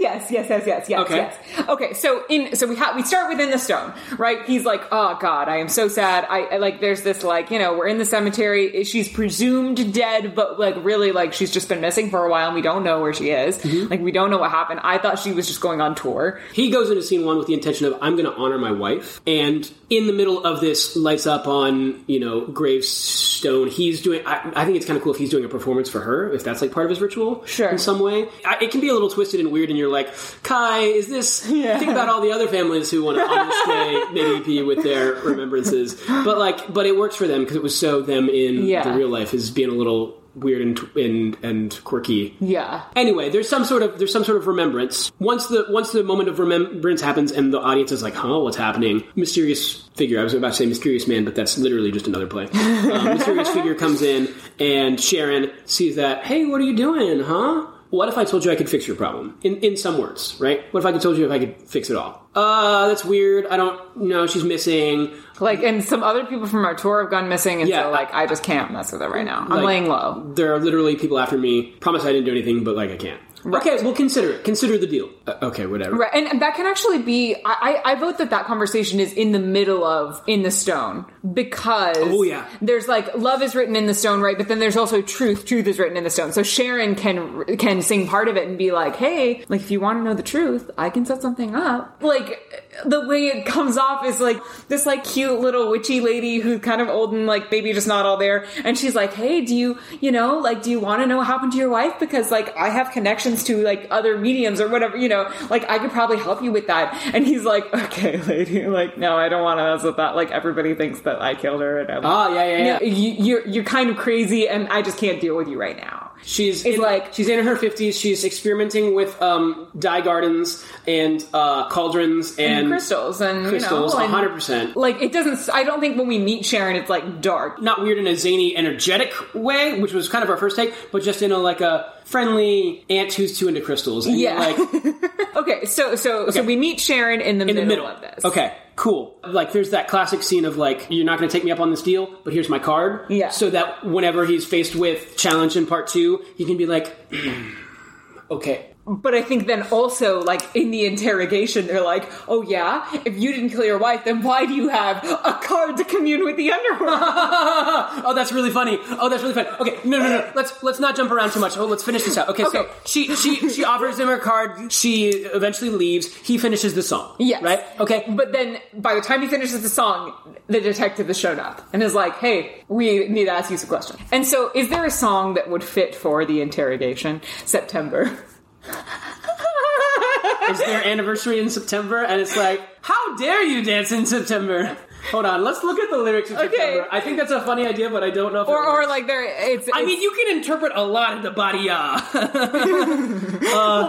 [SPEAKER 1] Yes, yes, yes, yes, yes,
[SPEAKER 2] Okay.
[SPEAKER 1] yes. Okay, so in so we have we start within the stone, right? He's like, oh god, I am so sad. I, I like there's this like you know we're in the cemetery. She's presumed dead, but like really like she's just been missing for a while, and we don't know where she is.
[SPEAKER 2] Mm-hmm.
[SPEAKER 1] Like we don't know what happened. I thought she was just going on tour.
[SPEAKER 2] He goes into scene one with the intention of I'm going to honor my wife, and in the middle of this lights up on you know gravestone. He's doing. I, I think it's kind of cool if he's doing a performance for her, if that's like part of his ritual,
[SPEAKER 1] Sure.
[SPEAKER 2] in some way. I, it can be a little twisted and weird, and you're like, Kai, is this?
[SPEAKER 1] *laughs* Yeah.
[SPEAKER 2] Think about all the other families who want to honor this day, maybe be with their remembrances, but like, but it works for them because it was so them in
[SPEAKER 1] Yeah.
[SPEAKER 2] the real life is being a little weird and tw- and and quirky.
[SPEAKER 1] Yeah,
[SPEAKER 2] Anyway, there's some sort of there's some sort of remembrance. Once the once the moment of remembrance happens and the audience is like, "Huh, what's happening?" Mysterious figure. I was about to say mysterious man, but that's literally just
[SPEAKER 1] *laughs*
[SPEAKER 2] another play. Um, mysterious figure comes in and Sharon sees that. Hey, what are you doing? Huh? What if I told you I could fix your problem? In in some words, right? What if I told you if I could fix it all? Uh, that's weird. I don't know. She's missing.
[SPEAKER 1] like and some other people from our tour have gone missing, and
[SPEAKER 2] Yeah.
[SPEAKER 1] so like I just can't mess with it right now. I'm
[SPEAKER 2] Like-
[SPEAKER 1] laying low.
[SPEAKER 2] There are literally people after me. Promise I didn't do anything, but like I can't.
[SPEAKER 1] Right.
[SPEAKER 2] Okay, well consider it. Consider the deal. Uh, okay, whatever.
[SPEAKER 1] Right, and, and that can actually be. I, I, I vote that that conversation is in the middle of in the stone because
[SPEAKER 2] Oh, yeah.
[SPEAKER 1] there's like love is written in the stone, right? But then there's also truth. Truth is written in the stone. So Sharon can can sing part of it and be like, hey, like if you want to know the truth, I can set something up. Like the way it comes off is like this like cute little witchy lady who's kind of old and like maybe just not all there, and she's like, hey, do you you know like do you want to know what happened to your wife because like I have connections to like other mediums or whatever, you know, like I could probably help you with that. And he's like, okay, *laughs* lady, like no, I don't want to mess with that. Like everybody thinks that I killed her and I'm
[SPEAKER 2] Ah, yeah, yeah, yeah.
[SPEAKER 1] you, you're you're kind of crazy, and I just can't deal with you right now.
[SPEAKER 2] She's
[SPEAKER 1] Is
[SPEAKER 2] in-
[SPEAKER 1] like-
[SPEAKER 2] she's in her fifties. She's experimenting with um, dye gardens and uh, cauldrons and,
[SPEAKER 1] and crystals and
[SPEAKER 2] crystals,
[SPEAKER 1] you know, and-
[SPEAKER 2] hundred percent.
[SPEAKER 1] Like it doesn't. I don't think when we meet Sharon, it's like dark.
[SPEAKER 2] Not weird in a zany, energetic way, which was kind of our first take, but just in a like a friendly aunt who's too into crystals. And you're
[SPEAKER 1] Yeah. *laughs*
[SPEAKER 2] like
[SPEAKER 1] Okay, so so so we meet Sharon in the,
[SPEAKER 2] in the middle
[SPEAKER 1] of this.
[SPEAKER 2] Okay, cool. Like, there's that classic scene of like, you're not going to take me up on this deal, but here's my card.
[SPEAKER 1] Yeah.
[SPEAKER 2] So that whenever he's faced with challenge in part two, he can be like, *clears throat* okay.
[SPEAKER 1] But I think then also like in the interrogation, they're like, "Oh yeah, if you didn't kill your wife, then why do you have a card to commune with the underworld?" *laughs*
[SPEAKER 2] Oh, that's really funny. Oh, that's really funny. Okay, no, no, no. Let's let's not jump around too much. Oh, let's finish this out. Okay, so
[SPEAKER 1] Okay.
[SPEAKER 2] she she she offers him her card. She eventually leaves. He finishes the song.
[SPEAKER 1] Yes.
[SPEAKER 2] Right. Okay.
[SPEAKER 1] but then by the time he finishes the song, the detective has shown up and is like, "Hey, we need to ask you some questions." And so, is there a song that would fit for the interrogation? September.
[SPEAKER 2] It's their anniversary in September, and it's like, how dare you dance in September? Hold on. Let's look at the lyrics of
[SPEAKER 1] Okay.
[SPEAKER 2] September. I think that's a funny idea, but I don't know.
[SPEAKER 1] *laughs*
[SPEAKER 2] If
[SPEAKER 1] Or,
[SPEAKER 2] it works.
[SPEAKER 1] or like there, it's,
[SPEAKER 2] I mean, you can interpret a lot of the body. Uh,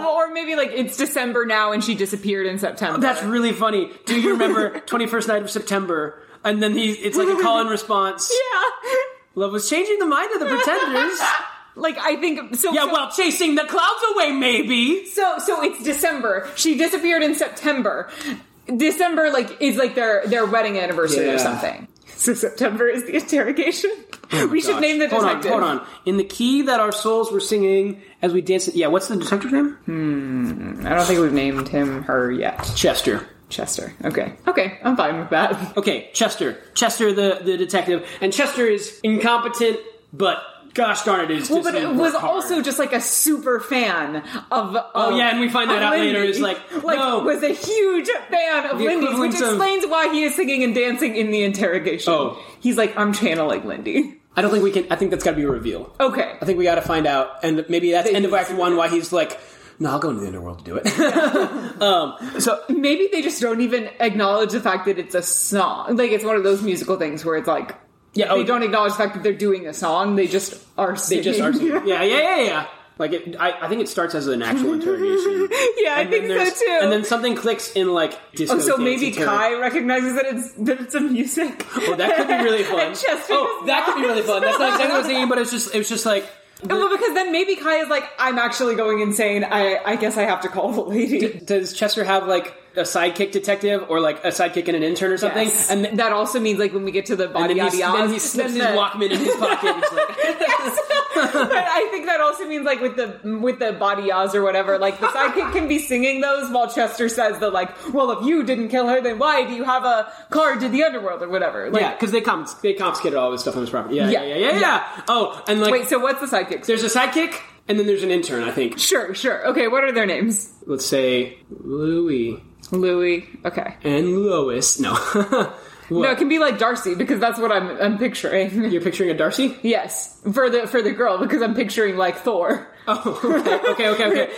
[SPEAKER 2] *laughs*
[SPEAKER 1] or maybe like it's December now and she disappeared in September.
[SPEAKER 2] that's really funny. Do you remember 21st night of September? And then he, it's like a call and response.
[SPEAKER 1] *laughs* *laughs* yeah.
[SPEAKER 2] Love was changing the mind of the pretenders.
[SPEAKER 1] *laughs* Like I think so.
[SPEAKER 2] Yeah,
[SPEAKER 1] so,
[SPEAKER 2] well, chasing the clouds away, maybe.
[SPEAKER 1] so so it's December. She disappeared in September. December like is like their their wedding anniversary
[SPEAKER 2] Yeah.
[SPEAKER 1] or something. So September is the interrogation. we should name the
[SPEAKER 2] Oh Hold on,
[SPEAKER 1] detective.
[SPEAKER 2] hold on. In the key that our souls were singing as we danced. Yeah, what's the detective's name?
[SPEAKER 1] Hmm. I don't think we've named him her yet.
[SPEAKER 2] Chester.
[SPEAKER 1] Chester. Okay. Okay. I'm fine with that.
[SPEAKER 2] Okay, Chester. Chester, the, the detective. And Chester is incompetent, but gosh darn it, is
[SPEAKER 1] Well, *laughs*
[SPEAKER 2] just
[SPEAKER 1] but it
[SPEAKER 2] he
[SPEAKER 1] was
[SPEAKER 2] worked hard.
[SPEAKER 1] also just like a super fan of.
[SPEAKER 2] Oh, yeah, and we find that out later. It's
[SPEAKER 1] It's
[SPEAKER 2] like,
[SPEAKER 1] *laughs*
[SPEAKER 2] no.
[SPEAKER 1] was a huge fan of
[SPEAKER 2] The
[SPEAKER 1] Lindy's,
[SPEAKER 2] equivalent
[SPEAKER 1] which
[SPEAKER 2] of-
[SPEAKER 1] explains why he is singing and dancing in the interrogation.
[SPEAKER 2] Oh.
[SPEAKER 1] he's like, I'm channeling Lindy.
[SPEAKER 2] I don't think we can. I think that's got to be a reveal.
[SPEAKER 1] *laughs* Okay,
[SPEAKER 2] I think we got to find out, and maybe that's end of act one. Why he's like, no, I'll go into the underworld to
[SPEAKER 1] *laughs*
[SPEAKER 2] do it. um, so
[SPEAKER 1] maybe they just don't even acknowledge the fact that it's a song. Like it's one of those musical things where it's like
[SPEAKER 2] yeah,
[SPEAKER 1] they
[SPEAKER 2] oh,
[SPEAKER 1] don't acknowledge the fact that they're doing a song. They just are.
[SPEAKER 2] They
[SPEAKER 1] Singing.
[SPEAKER 2] just are. Yeah, yeah, yeah, yeah. Like it, I, I think it starts as an
[SPEAKER 1] *laughs*
[SPEAKER 2] actual interrogation.
[SPEAKER 1] *laughs* yeah, I
[SPEAKER 2] And then
[SPEAKER 1] think so
[SPEAKER 2] there's-
[SPEAKER 1] too.
[SPEAKER 2] And then something clicks in like disco.
[SPEAKER 1] Oh, so
[SPEAKER 2] dance
[SPEAKER 1] maybe
[SPEAKER 2] interior.
[SPEAKER 1] Kai recognizes that it's that it's a music.
[SPEAKER 2] Oh, that could be
[SPEAKER 1] *laughs*
[SPEAKER 2] really fun.
[SPEAKER 1] and Chester
[SPEAKER 2] oh,
[SPEAKER 1] does
[SPEAKER 2] that could be
[SPEAKER 1] not.
[SPEAKER 2] really fun. That's not exactly what I was thinking, but it's just it was just like
[SPEAKER 1] *laughs* well, because then maybe Kai is like, I'm actually going insane. I I guess I have to call the lady.
[SPEAKER 2] does Chester have like a sidekick detective or like a sidekick and an intern or something?
[SPEAKER 1] Yes.
[SPEAKER 2] And
[SPEAKER 1] And
[SPEAKER 2] th-
[SPEAKER 1] that also means like when we get to the body
[SPEAKER 2] and then,
[SPEAKER 1] yada
[SPEAKER 2] he,
[SPEAKER 1] yadas,
[SPEAKER 2] then he slips
[SPEAKER 1] then
[SPEAKER 2] his
[SPEAKER 1] the-
[SPEAKER 2] Walkman in his pocket. And he's
[SPEAKER 1] *laughs*
[SPEAKER 2] like, *laughs*
[SPEAKER 1] but I think that also means like with the with the body yadas or whatever, like the sidekick can be singing those while Chester says the like, well, if you didn't kill her, then why do you have a card to the underworld or whatever? Like,
[SPEAKER 2] yeah, because they comp- they confiscated all this stuff on his property. Yeah, yeah,
[SPEAKER 1] Yeah.
[SPEAKER 2] yeah, yeah. yeah.
[SPEAKER 1] Yeah.
[SPEAKER 2] Oh, and like
[SPEAKER 1] Wait, so what's the sidekick?
[SPEAKER 2] there's a sidekick, and then there's an intern. I think.
[SPEAKER 1] Sure, sure. Okay, what are their names?
[SPEAKER 2] Let's say Louis
[SPEAKER 1] Louis. Okay.
[SPEAKER 2] and Lois. No, *laughs*
[SPEAKER 1] No, it can be like Darcy because that's what I'm I'm picturing.
[SPEAKER 2] you're picturing a Darcy.
[SPEAKER 1] *laughs* yes, for the for the girl because I'm picturing like Thor.
[SPEAKER 2] Oh, *laughs* okay, okay, okay. okay.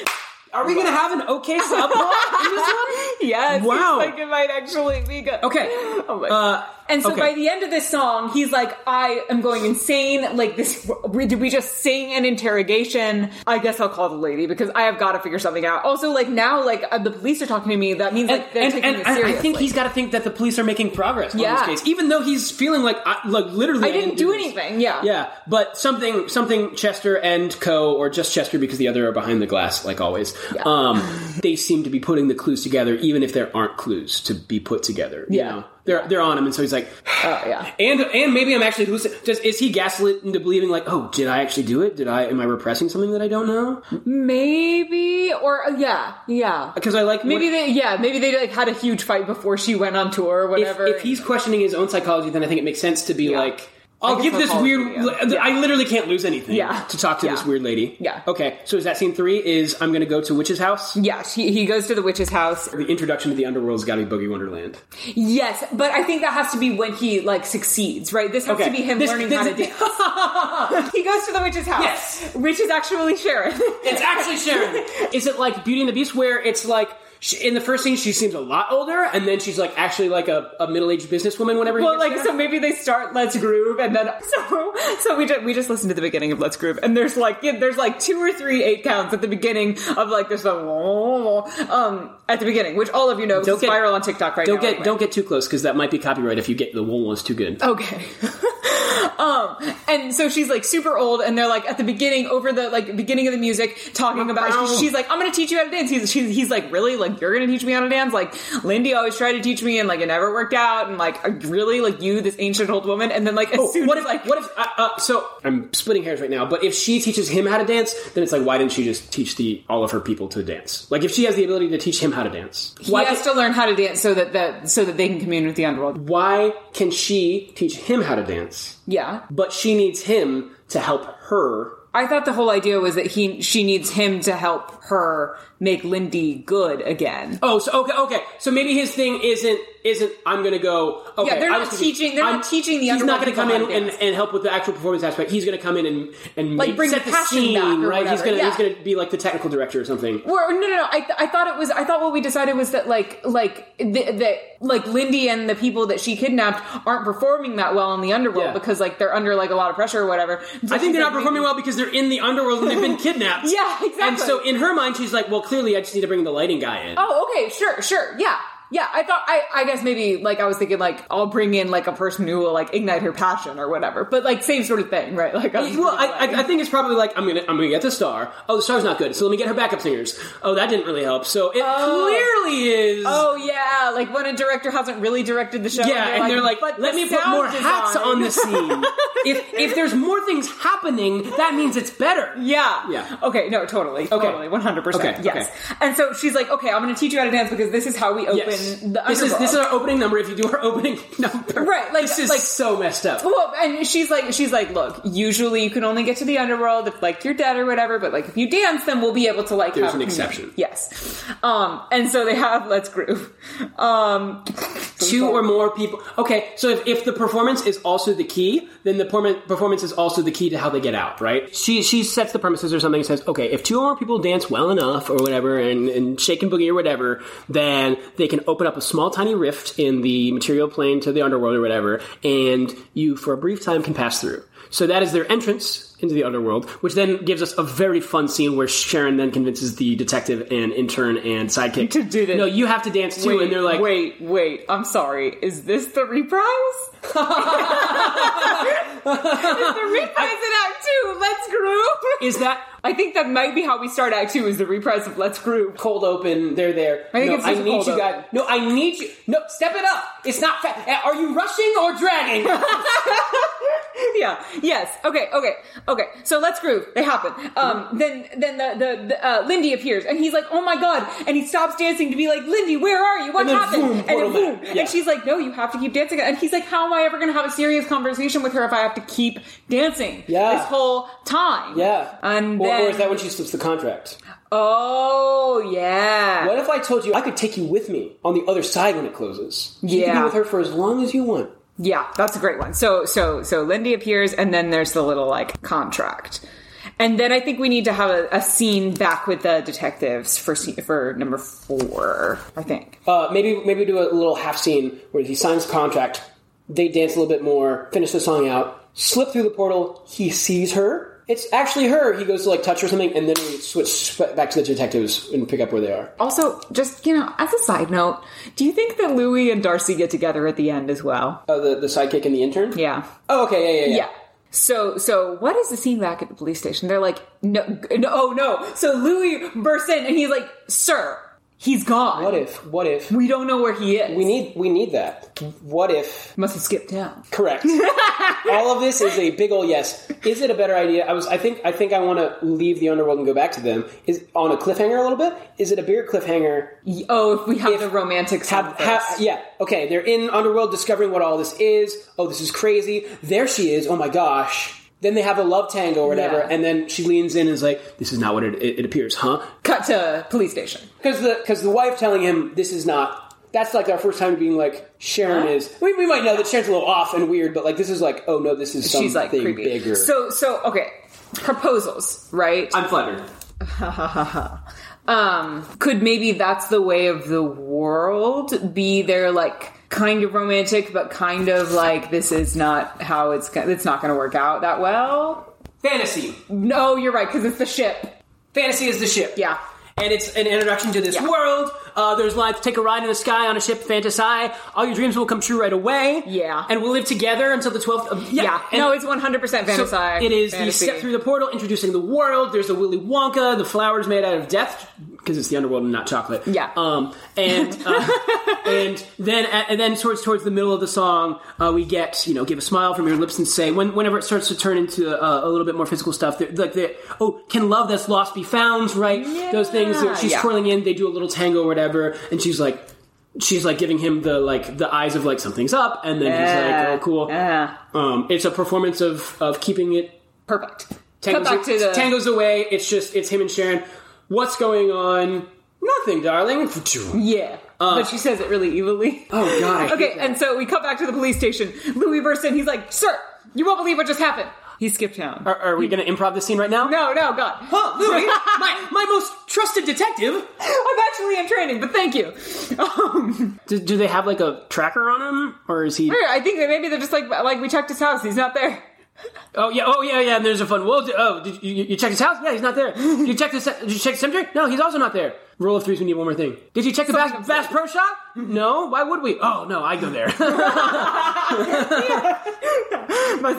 [SPEAKER 2] Are we gonna have an okay subplot in this *laughs* one?
[SPEAKER 1] Yes,
[SPEAKER 2] Wow.
[SPEAKER 1] It's like it might actually be good.
[SPEAKER 2] Okay.
[SPEAKER 1] Oh my
[SPEAKER 2] Uh,
[SPEAKER 1] and so
[SPEAKER 2] okay.
[SPEAKER 1] by the end of this song, he's like, "I am going insane. Like this, did we just sing an interrogation? I guess I'll call the lady because I have got to figure something out." Also, like now, like uh, the police are talking to me. That means *laughs* like they're
[SPEAKER 2] and,
[SPEAKER 1] taking
[SPEAKER 2] and,
[SPEAKER 1] it
[SPEAKER 2] and
[SPEAKER 1] seriously.
[SPEAKER 2] I think he's got to think that the police are making progress
[SPEAKER 1] Yeah.
[SPEAKER 2] on this case, even though he's feeling like, I, like literally,
[SPEAKER 1] I didn't do
[SPEAKER 2] this.
[SPEAKER 1] anything. Yeah.
[SPEAKER 2] Yeah, but something, something. Chester and Co, or just Chester, because the other are behind the glass, like always.
[SPEAKER 1] Yeah.
[SPEAKER 2] Um, they seem to be putting the clues together, even if there aren't clues to be put together. you
[SPEAKER 1] Yeah.
[SPEAKER 2] know? they're they're on him, and so he's like,
[SPEAKER 1] Oh, yeah.
[SPEAKER 2] and and maybe I'm actually hallucin- just is he gaslit into believing like, oh, did I actually do it? Did I? Am I repressing something that I don't know?
[SPEAKER 1] Maybe or uh, yeah, yeah.
[SPEAKER 2] Because I like
[SPEAKER 1] Maybe they, yeah, maybe they like had a huge fight before she went on tour or
[SPEAKER 2] if,
[SPEAKER 1] whatever.
[SPEAKER 2] if he's questioning his own psychology, then I think it makes sense to be
[SPEAKER 1] Yeah.
[SPEAKER 2] like, I'll
[SPEAKER 1] guess
[SPEAKER 2] give
[SPEAKER 1] I'll
[SPEAKER 2] this
[SPEAKER 1] call
[SPEAKER 2] weird.
[SPEAKER 1] it, yeah. Yeah.
[SPEAKER 2] I literally can't lose anything
[SPEAKER 1] Yeah.
[SPEAKER 2] to talk to this
[SPEAKER 1] Yeah.
[SPEAKER 2] weird lady.
[SPEAKER 1] Yeah.
[SPEAKER 2] Okay. So is that scene three? Is I'm going to go to witch's house?
[SPEAKER 1] yeah, she, he goes to the witch's house.
[SPEAKER 2] The introduction to the underworld's got to be Boogie Wonderland.
[SPEAKER 1] Yes, but I think that has to be when he like succeeds, right? This has
[SPEAKER 2] Okay.
[SPEAKER 1] to be him
[SPEAKER 2] This-
[SPEAKER 1] learning
[SPEAKER 2] this-
[SPEAKER 1] how to dance. *laughs* he goes to the witch's house,
[SPEAKER 2] Yes.
[SPEAKER 1] which is actually Sharon.
[SPEAKER 2] *laughs* It's actually Sharon. is it like Beauty and the Beast, where it's like she, in the first scene she seems a lot older, and then she's like actually like a, a middle aged businesswoman. Whenever he
[SPEAKER 1] Well,
[SPEAKER 2] gets
[SPEAKER 1] like
[SPEAKER 2] there.
[SPEAKER 1] so, maybe they start "Let's Groove" and then *laughs* so so we just we just listened to the beginning of "Let's Groove" and there's like yeah, there's like two or three eight counts at the beginning of like there's a um at the beginning, which all of you know
[SPEAKER 2] Don't
[SPEAKER 1] don't
[SPEAKER 2] get-
[SPEAKER 1] spiral on TikTok right
[SPEAKER 2] don't
[SPEAKER 1] now.
[SPEAKER 2] get
[SPEAKER 1] anyway.
[SPEAKER 2] don't get too close because that might be copyright if you get the one was too good.
[SPEAKER 1] Okay. *laughs* um, and so she's like super old, and they're like at the beginning, over the like beginning of the music, talking about.
[SPEAKER 2] Wow.
[SPEAKER 1] She's, she's like, "I'm gonna teach you how to dance." He's she's, he's like, "Really? Like you're gonna teach me how to dance?" Like Lindy always tried to teach me, and like it never worked out. And like really, like you, this ancient old woman. And then like as soon
[SPEAKER 2] Oh, what
[SPEAKER 1] as
[SPEAKER 2] if
[SPEAKER 1] like
[SPEAKER 2] like what if uh, uh, so I'm splitting hairs right now, but if she teaches him how to dance, then it's like why didn't she just teach the all of her people to dance? Like if she has the ability to teach him how to dance,
[SPEAKER 1] he
[SPEAKER 2] why
[SPEAKER 1] has
[SPEAKER 2] can,
[SPEAKER 1] to learn how to dance so that that so that they can commune with the underworld.
[SPEAKER 2] why can she teach him how to dance?
[SPEAKER 1] Yeah,
[SPEAKER 2] But she needs him to help her.
[SPEAKER 1] I thought the whole idea was that he she needs him to help her make Lindy good again.
[SPEAKER 2] Oh, so okay, okay. So maybe his thing isn't isn't I'm gonna go. Okay,
[SPEAKER 1] Yeah, they're
[SPEAKER 2] I
[SPEAKER 1] not
[SPEAKER 2] was thinking,
[SPEAKER 1] teaching- they're not
[SPEAKER 2] I'm-
[SPEAKER 1] teaching the
[SPEAKER 2] He's
[SPEAKER 1] underworld
[SPEAKER 2] not gonna
[SPEAKER 1] people
[SPEAKER 2] come
[SPEAKER 1] how
[SPEAKER 2] in
[SPEAKER 1] to
[SPEAKER 2] and,
[SPEAKER 1] dance.
[SPEAKER 2] and help with the actual performance aspect. He's gonna come in and and
[SPEAKER 1] Like,
[SPEAKER 2] make-
[SPEAKER 1] bring
[SPEAKER 2] set
[SPEAKER 1] the
[SPEAKER 2] the,
[SPEAKER 1] passion
[SPEAKER 2] scene,
[SPEAKER 1] back or
[SPEAKER 2] right? He's
[SPEAKER 1] whatever,
[SPEAKER 2] gonna
[SPEAKER 1] yeah.
[SPEAKER 2] he's gonna be like the technical director or something.
[SPEAKER 1] Well, no, no, no. I, I thought it was. I thought what we decided was that like, like th- that, like Lindy and the people that she kidnapped aren't performing that well in the underworld
[SPEAKER 2] Yeah.
[SPEAKER 1] because like they're under like a lot of pressure or whatever. So
[SPEAKER 2] I think they're
[SPEAKER 1] she's like,
[SPEAKER 2] not performing well because they're in the underworld and
[SPEAKER 1] *laughs*
[SPEAKER 2] they've been kidnapped.
[SPEAKER 1] Yeah, exactly.
[SPEAKER 2] And so in her mind, she's like, well, clearly I just need to bring the lighting guy in.
[SPEAKER 1] Oh, okay, sure, sure, yeah. Yeah, I thought I, I guess maybe like I was thinking like I'll bring in like a person who will like ignite her passion or whatever, but like same sort of thing, right? Like, I was
[SPEAKER 2] Well, I,
[SPEAKER 1] thinking, like-
[SPEAKER 2] I, I think it's probably like I'm gonna I'm gonna get the star. Oh, the star's not good, so let me get her backup singers. Oh, that didn't really help. So it
[SPEAKER 1] Oh.
[SPEAKER 2] clearly is.
[SPEAKER 1] oh yeah, like when a director hasn't really directed the show,
[SPEAKER 2] Yeah, and they're like,
[SPEAKER 1] "But
[SPEAKER 2] let
[SPEAKER 1] the
[SPEAKER 2] me put
[SPEAKER 1] sound
[SPEAKER 2] more
[SPEAKER 1] design."
[SPEAKER 2] hats on
[SPEAKER 1] *laughs*
[SPEAKER 2] the scene. if if there's more things happening, that means it's better.
[SPEAKER 1] Yeah.
[SPEAKER 2] Yeah. Oh.
[SPEAKER 1] Okay, no, totally. Totally. 100%.
[SPEAKER 2] Okay,
[SPEAKER 1] Yes.
[SPEAKER 2] okay.
[SPEAKER 1] And so she's like, okay, I'm going to teach you how to dance because this is how we open
[SPEAKER 2] Yes.
[SPEAKER 1] the
[SPEAKER 2] this is this is
[SPEAKER 1] underworld.
[SPEAKER 2] our opening number. If you do our opening *laughs* number,
[SPEAKER 1] Right, like-
[SPEAKER 2] this is
[SPEAKER 1] like-
[SPEAKER 2] so messed up.
[SPEAKER 1] well, and she's like, she's like, look. Usually, you can only get to the underworld if like you're dead or whatever. But like, if you dance, then we'll be able to like.
[SPEAKER 2] There's
[SPEAKER 1] have
[SPEAKER 2] an
[SPEAKER 1] a communion.
[SPEAKER 2] exception.
[SPEAKER 1] Yes, um, and so they have let's groove. Um,
[SPEAKER 2] two or more people. Okay, so if, if the performance is also the key, then the perform- performance is also the key to how they get out, right? She she sets the premises or something and says, okay, if two or more people dance well enough or whatever and, and shake and boogie or whatever, then they can open up a small tiny rift in the material plane to the underworld or whatever, and you for a brief time can pass through. So that is their entrance into the underworld, which then gives us a very fun scene where Sharon then convinces the detective and intern and sidekick
[SPEAKER 1] To do this.
[SPEAKER 2] No, you have to dance too,
[SPEAKER 1] wait,
[SPEAKER 2] and they're like,
[SPEAKER 1] wait, wait. I'm sorry. Is this the reprise? *laughs* is the reprise in Act Two? Let's groove.
[SPEAKER 2] is that
[SPEAKER 1] I think that might be how we start Act Two is the reprise of Let's Groove.
[SPEAKER 2] cold open. They're there.
[SPEAKER 1] I think
[SPEAKER 2] no,
[SPEAKER 1] it's
[SPEAKER 2] I
[SPEAKER 1] just a
[SPEAKER 2] need
[SPEAKER 1] cold
[SPEAKER 2] you
[SPEAKER 1] open.
[SPEAKER 2] guys. No, I need you. No, step it up. It's not. Fa- eh, are you rushing or dragging?
[SPEAKER 1] *laughs* yeah. Yes. Okay. Okay. Okay. So Let's Groove. They happen. Um. Then then the the, the uh, Lindy appears and he's like, oh my god, and he stops dancing to be like, Lindy, where are you? What
[SPEAKER 2] And then
[SPEAKER 1] happened?
[SPEAKER 2] boom,
[SPEAKER 1] and then
[SPEAKER 2] portal
[SPEAKER 1] boom.
[SPEAKER 2] back. Yeah.
[SPEAKER 1] And she's like, no, you have to keep dancing. And he's like, how am I ever going to have a serious conversation with her if I have to keep dancing
[SPEAKER 2] Yeah.
[SPEAKER 1] this whole time? And
[SPEAKER 2] or,
[SPEAKER 1] then,
[SPEAKER 2] or is that when she slips the contract?
[SPEAKER 1] oh yeah.
[SPEAKER 2] What if I told you I could take you with me on the other side when it closes? You can
[SPEAKER 1] Yeah.
[SPEAKER 2] be with her for as long as you want.
[SPEAKER 1] Yeah, that's a great one. So so so Lindy appears and then there's the little like contract. And then I think we need to have a, a scene back with the detectives for se- for number 4, I think.
[SPEAKER 2] Uh, maybe maybe do a little half scene where he signs the contract. They dance a little bit more, finish the song out, slip through the portal. He sees her. It's actually her. He goes to like touch her or something, and then we switch back to the detectives and pick up where they are.
[SPEAKER 1] Also, just, you know, as a side note, do you think that Louie and Darcy get together at the end as well?
[SPEAKER 2] Oh, the, the sidekick and the intern?
[SPEAKER 1] Yeah.
[SPEAKER 2] Oh, okay, yeah, yeah, yeah.
[SPEAKER 1] Yeah. So, so what is the scene back at the police station? They're like, no, no, oh no. So Louis bursts in and he's like, sir, he's gone.
[SPEAKER 2] What if? What if?
[SPEAKER 1] We don't know where he is.
[SPEAKER 2] We need we need that. What if?
[SPEAKER 1] Must have skipped town.
[SPEAKER 2] *laughs* Correct. All of this is a big ol' yes. Is it a better idea? I was. I think. I think I want to leave the underworld and go back to them. Is on a cliffhanger a little bit. Is it a bigger cliffhanger?
[SPEAKER 1] Oh, if we have the romantic song
[SPEAKER 2] Have,
[SPEAKER 1] first.
[SPEAKER 2] have, yeah. Okay. They're in underworld, discovering what all this is. Oh, this is crazy. There she is. Oh my gosh. Then they have a love tango or whatever,
[SPEAKER 1] Yeah.
[SPEAKER 2] and then she leans in and is like, "This is not what it, it, it appears, huh?"
[SPEAKER 1] Cut to police station.
[SPEAKER 2] Because the because the wife telling him this is not. That's like our first time being like Sharon
[SPEAKER 1] Huh?
[SPEAKER 2] is. We, we might know that Sharon's a little off and weird, but like this is like oh no, this is something
[SPEAKER 1] She's like creepy.
[SPEAKER 2] bigger.
[SPEAKER 1] So so okay. Proposals, right?
[SPEAKER 2] I'm fluttered.
[SPEAKER 1] *laughs* um, could maybe that's the way of the world be they're like kind of romantic but kind of like this is not how it's go- it's not going to work out that well
[SPEAKER 2] Fantasy.
[SPEAKER 1] no you're right because it's the ship
[SPEAKER 2] Fantasy is the ship.
[SPEAKER 1] yeah
[SPEAKER 2] And it's an introduction to this
[SPEAKER 1] Yeah.
[SPEAKER 2] world. Uh, there's like take a ride in the sky on a ship, fantasize. All your dreams will come true right away.
[SPEAKER 1] Yeah.
[SPEAKER 2] And we'll live together until the 12th of. Yeah.
[SPEAKER 1] yeah,
[SPEAKER 2] And
[SPEAKER 1] no it's 100%
[SPEAKER 2] so
[SPEAKER 1] fantasy
[SPEAKER 2] it is the
[SPEAKER 1] fantasy.
[SPEAKER 2] step through the portal, introducing the world. There's the Willy Wonka, the flowers made out of death, because it's the underworld and not chocolate.
[SPEAKER 1] Yeah.
[SPEAKER 2] Um, and
[SPEAKER 1] *laughs*
[SPEAKER 2] uh, and then uh, and then towards towards the middle of the song, uh, we get you know give a smile from your lips and say when, whenever it starts to turn into uh, a little bit more physical stuff, they're- like the oh can love that's lost be found right those things that she's
[SPEAKER 1] Yeah.
[SPEAKER 2] twirling in, they do a little tango or whatever, and she's like. She's like giving him the like the eyes of like something's up, and then he's
[SPEAKER 1] Yeah.
[SPEAKER 2] like, "Oh, cool."
[SPEAKER 1] Yeah.
[SPEAKER 2] Um, it's a performance of of keeping it
[SPEAKER 1] perfect
[SPEAKER 2] Tango's,
[SPEAKER 1] cut back to the
[SPEAKER 2] Tango's away. It's just it's him and Sharon. What's going on? Nothing, darling.
[SPEAKER 1] yeah but she says it really evilly
[SPEAKER 2] Uh, Oh god. I
[SPEAKER 1] Okay,
[SPEAKER 2] hate that.
[SPEAKER 1] and so we cut back to the police station. Louis bursts in. He's like, "Sir, you won't believe what just happened." He skipped town.
[SPEAKER 2] are, are we going to improv the scene right now?
[SPEAKER 1] No, no, God.
[SPEAKER 2] Uh,
[SPEAKER 1] *laughs*
[SPEAKER 2] Huh, *laughs* Louis, my, my most trusted detective.
[SPEAKER 1] I'm actually in training, but thank you. *laughs* Um,
[SPEAKER 2] Do, do they have like a tracker on him, or is he?
[SPEAKER 1] I think that maybe they're just like, like we checked his house. He's not there.
[SPEAKER 2] Oh yeah, oh yeah, yeah. And there's a fun. Well, d- oh, did you, you- you checked his house? Yeah, he's not there. You checked his? Did you check the cemetery? No, he's also not there. Rule of threes. We need one more thing. Did you check the Bass,
[SPEAKER 1] Something
[SPEAKER 2] Bass Pro Shop? No. Why would we? Oh no,
[SPEAKER 1] *laughs*
[SPEAKER 2] I go there.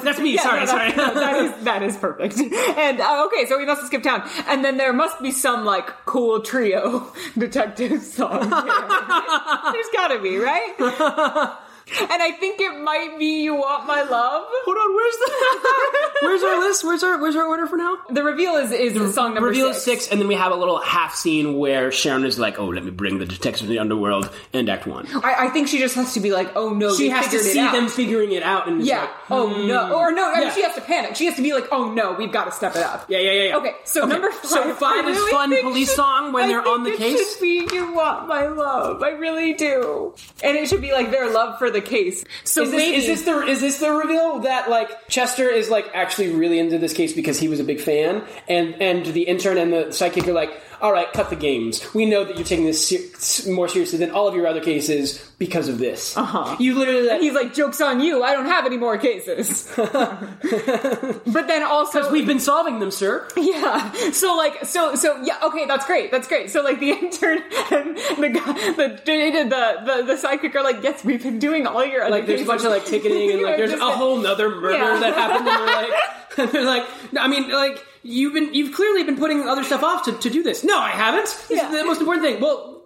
[SPEAKER 2] That's me. *laughs* sorry,
[SPEAKER 1] no,
[SPEAKER 2] sorry.
[SPEAKER 1] that- no, that is that is perfect. *laughs* And uh, okay, so we must skip town, and then there must be some like cool trio *laughs* detective song. there. *laughs* There's got to be,
[SPEAKER 2] *laughs*
[SPEAKER 1] right? And I think it might be "You Want My Love."
[SPEAKER 2] Hold on, where's the *laughs* Where's our list? Where's our Where's our order for now?
[SPEAKER 1] The reveal is is song number
[SPEAKER 2] Reveal
[SPEAKER 1] six.
[SPEAKER 2] is six, and then we have a little half scene where Sharon is like, "Oh, let me bring the detectives of the underworld," and Act One.
[SPEAKER 1] I, I think she just has to be like, "Oh no,
[SPEAKER 2] She
[SPEAKER 1] they
[SPEAKER 2] has to
[SPEAKER 1] figured it
[SPEAKER 2] see
[SPEAKER 1] out.
[SPEAKER 2] them figuring it out, and is
[SPEAKER 1] Yeah.
[SPEAKER 2] like, hmm,
[SPEAKER 1] Oh no. Or no. I mean,
[SPEAKER 2] Yeah.
[SPEAKER 1] She has to panic. She has to be like, "Oh no, we've got to step it up."
[SPEAKER 2] yeah, yeah, yeah, yeah.
[SPEAKER 1] Okay, so number five.
[SPEAKER 2] So five
[SPEAKER 1] I
[SPEAKER 2] is
[SPEAKER 1] really
[SPEAKER 2] fun
[SPEAKER 1] think
[SPEAKER 2] police
[SPEAKER 1] should-
[SPEAKER 2] song when
[SPEAKER 1] I
[SPEAKER 2] they're
[SPEAKER 1] think
[SPEAKER 2] on the
[SPEAKER 1] it
[SPEAKER 2] case.
[SPEAKER 1] Should be you want my love. I really do, and it should be like their love for the case. So
[SPEAKER 2] Is this, is this the is this the reveal that like Chester is like actually really into this case because he was a big fan, and and the intern and the psychic are like, all right, cut the games. We know that you're taking this ser- more seriously than all of your other cases because of this. Uh
[SPEAKER 1] Uh-huh.
[SPEAKER 2] huh. You literally like,
[SPEAKER 1] He's like, jokes on you. I don't have any more cases. *laughs*
[SPEAKER 2] *laughs*
[SPEAKER 1] but then also,
[SPEAKER 2] we've been solving
[SPEAKER 1] *laughs*
[SPEAKER 2] them, sir.
[SPEAKER 1] Yeah. So like, so so yeah. Okay, that's great. That's great. So like, the *laughs* intern and the guy, the the the, the psychic are like, yes, we've been doing all your other
[SPEAKER 2] Like there's a bunch of like
[SPEAKER 1] *laughs*
[SPEAKER 2] ticketing and like there's a whole nother murder
[SPEAKER 1] Yeah.
[SPEAKER 2] that happened.
[SPEAKER 1] *laughs*
[SPEAKER 2] *laughs* And they're like, they're like, I mean, like you've been you've clearly been putting other stuff off to, to do this. No, I haven't. This
[SPEAKER 1] Yeah.
[SPEAKER 2] is the most important thing. Well,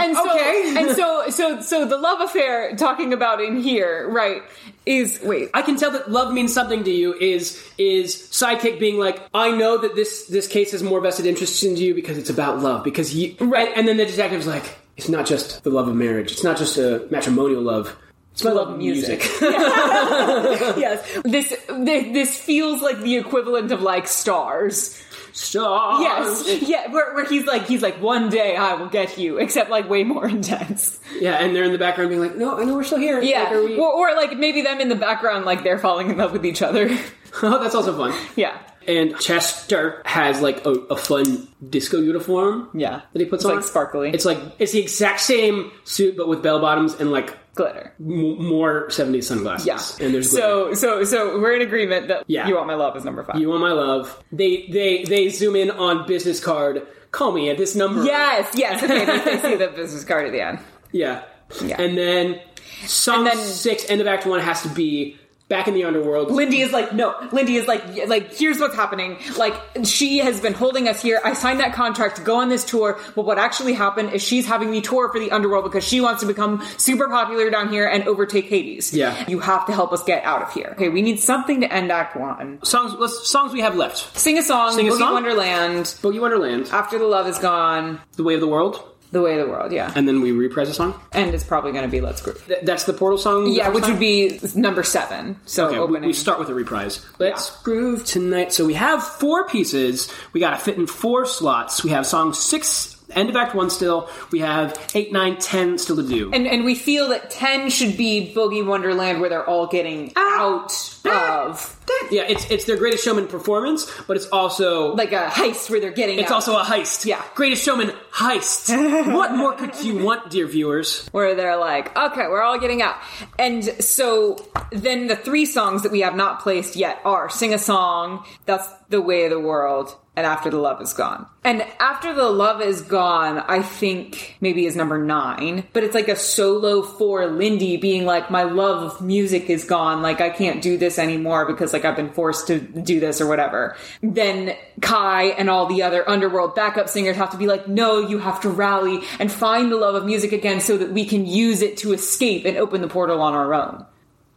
[SPEAKER 1] and so,
[SPEAKER 2] Okay.
[SPEAKER 1] and so so so the love affair talking about in here, right? Is wait,
[SPEAKER 2] *laughs* I can tell that love means something to you is is sidekick being like, I know that this this case has more vested interest in you because it's about love because you
[SPEAKER 1] Right.
[SPEAKER 2] And, and then the detective's like, it's not just the love of marriage. It's not just a matrimonial love. It's my love of music.
[SPEAKER 1] yes, this thi- this feels like the equivalent of like stars.
[SPEAKER 2] *laughs* Stars.
[SPEAKER 1] Yes, yeah, where, where he's like he's like one day I will get you, except like way more *laughs* intense.
[SPEAKER 2] Yeah, and they're in the background being like, no, I know we're still here. Like,
[SPEAKER 1] Yeah,
[SPEAKER 2] are we-
[SPEAKER 1] or, or like maybe them in the background, like they're falling in love with each other.
[SPEAKER 2] *laughs*
[SPEAKER 1] *laughs*
[SPEAKER 2] Oh, that's also fun.
[SPEAKER 1] yeah,
[SPEAKER 2] And Chester has like a, a fun disco uniform.
[SPEAKER 1] yeah,
[SPEAKER 2] That he puts
[SPEAKER 1] It's,
[SPEAKER 2] on
[SPEAKER 1] like sparkly.
[SPEAKER 2] It's like it's the exact same suit, but with bell bottoms and like
[SPEAKER 1] glitter.
[SPEAKER 2] m- more seventies sunglasses.
[SPEAKER 1] Yeah,
[SPEAKER 2] and there's glitter.
[SPEAKER 1] so so so we're in agreement that
[SPEAKER 2] Yeah.
[SPEAKER 1] you want my love is number five.
[SPEAKER 2] you want my love. They they they zoom in on business card. Call me at this number.
[SPEAKER 1] yes, yes. Okay, they they see the business card at the end.
[SPEAKER 2] yeah.
[SPEAKER 1] Yeah.
[SPEAKER 2] And then song
[SPEAKER 1] And then-
[SPEAKER 2] six, end of Act One, has to be back in the underworld.
[SPEAKER 1] Lindy is like, no. Lindy is like, y- like, here's what's happening. Like, she has been holding us here. I signed that contract to go on this tour, but what actually happened is she's having the tour for the underworld because she wants to become super popular down here and overtake Hades.
[SPEAKER 2] Yeah.
[SPEAKER 1] You have to help us get out of here. Okay, we need something to end Act One.
[SPEAKER 2] songs. Let's songs we have left.
[SPEAKER 1] Sing a song,
[SPEAKER 2] Sing a
[SPEAKER 1] Boogie
[SPEAKER 2] song?
[SPEAKER 1] Wonderland,
[SPEAKER 2] Boogie Wonderland,
[SPEAKER 1] After the Love Is Gone,
[SPEAKER 2] The Way of the World,
[SPEAKER 1] The Way of the World, yeah.
[SPEAKER 2] and then we reprise a song.
[SPEAKER 1] And it's probably going to be Let's Groove.
[SPEAKER 2] Th- that's the portal song.
[SPEAKER 1] Yeah,
[SPEAKER 2] that
[SPEAKER 1] which
[SPEAKER 2] song?
[SPEAKER 1] would be number seven. So
[SPEAKER 2] Okay, we,
[SPEAKER 1] opening.
[SPEAKER 2] we start with a reprise. Let's groove tonight. So we have four pieces. We got to fit in four slots. We have song six, end of act one still. We have eight, nine, ten still to do.
[SPEAKER 1] and and we
[SPEAKER 2] Ah!
[SPEAKER 1] feel that 10 should be boogie wonderland where they're all getting out of it?
[SPEAKER 2] Yeah, it's it's their greatest showman performance, but it's also
[SPEAKER 1] Like a heist where they're getting
[SPEAKER 2] it's
[SPEAKER 1] out,
[SPEAKER 2] also a heist.
[SPEAKER 1] Yeah.
[SPEAKER 2] Greatest showman
[SPEAKER 1] *laughs*
[SPEAKER 2] heist. what more could you want, dear viewers?
[SPEAKER 1] where they're like, okay, we're all getting out. And so then the three songs that we have not placed yet are Sing a Song, That's the Way of the World, and After the Love is Gone. And After the Love is Gone, I think maybe is number nine, but it's like a solo for Lindy being like, my love of music is gone. Like, I can't do this anymore because like I've been forced to do this or whatever. Then Kai and all the other underworld backup singers have to be like, no, you have to rally and find the love of music again so that we can use it to escape and open the portal on our own.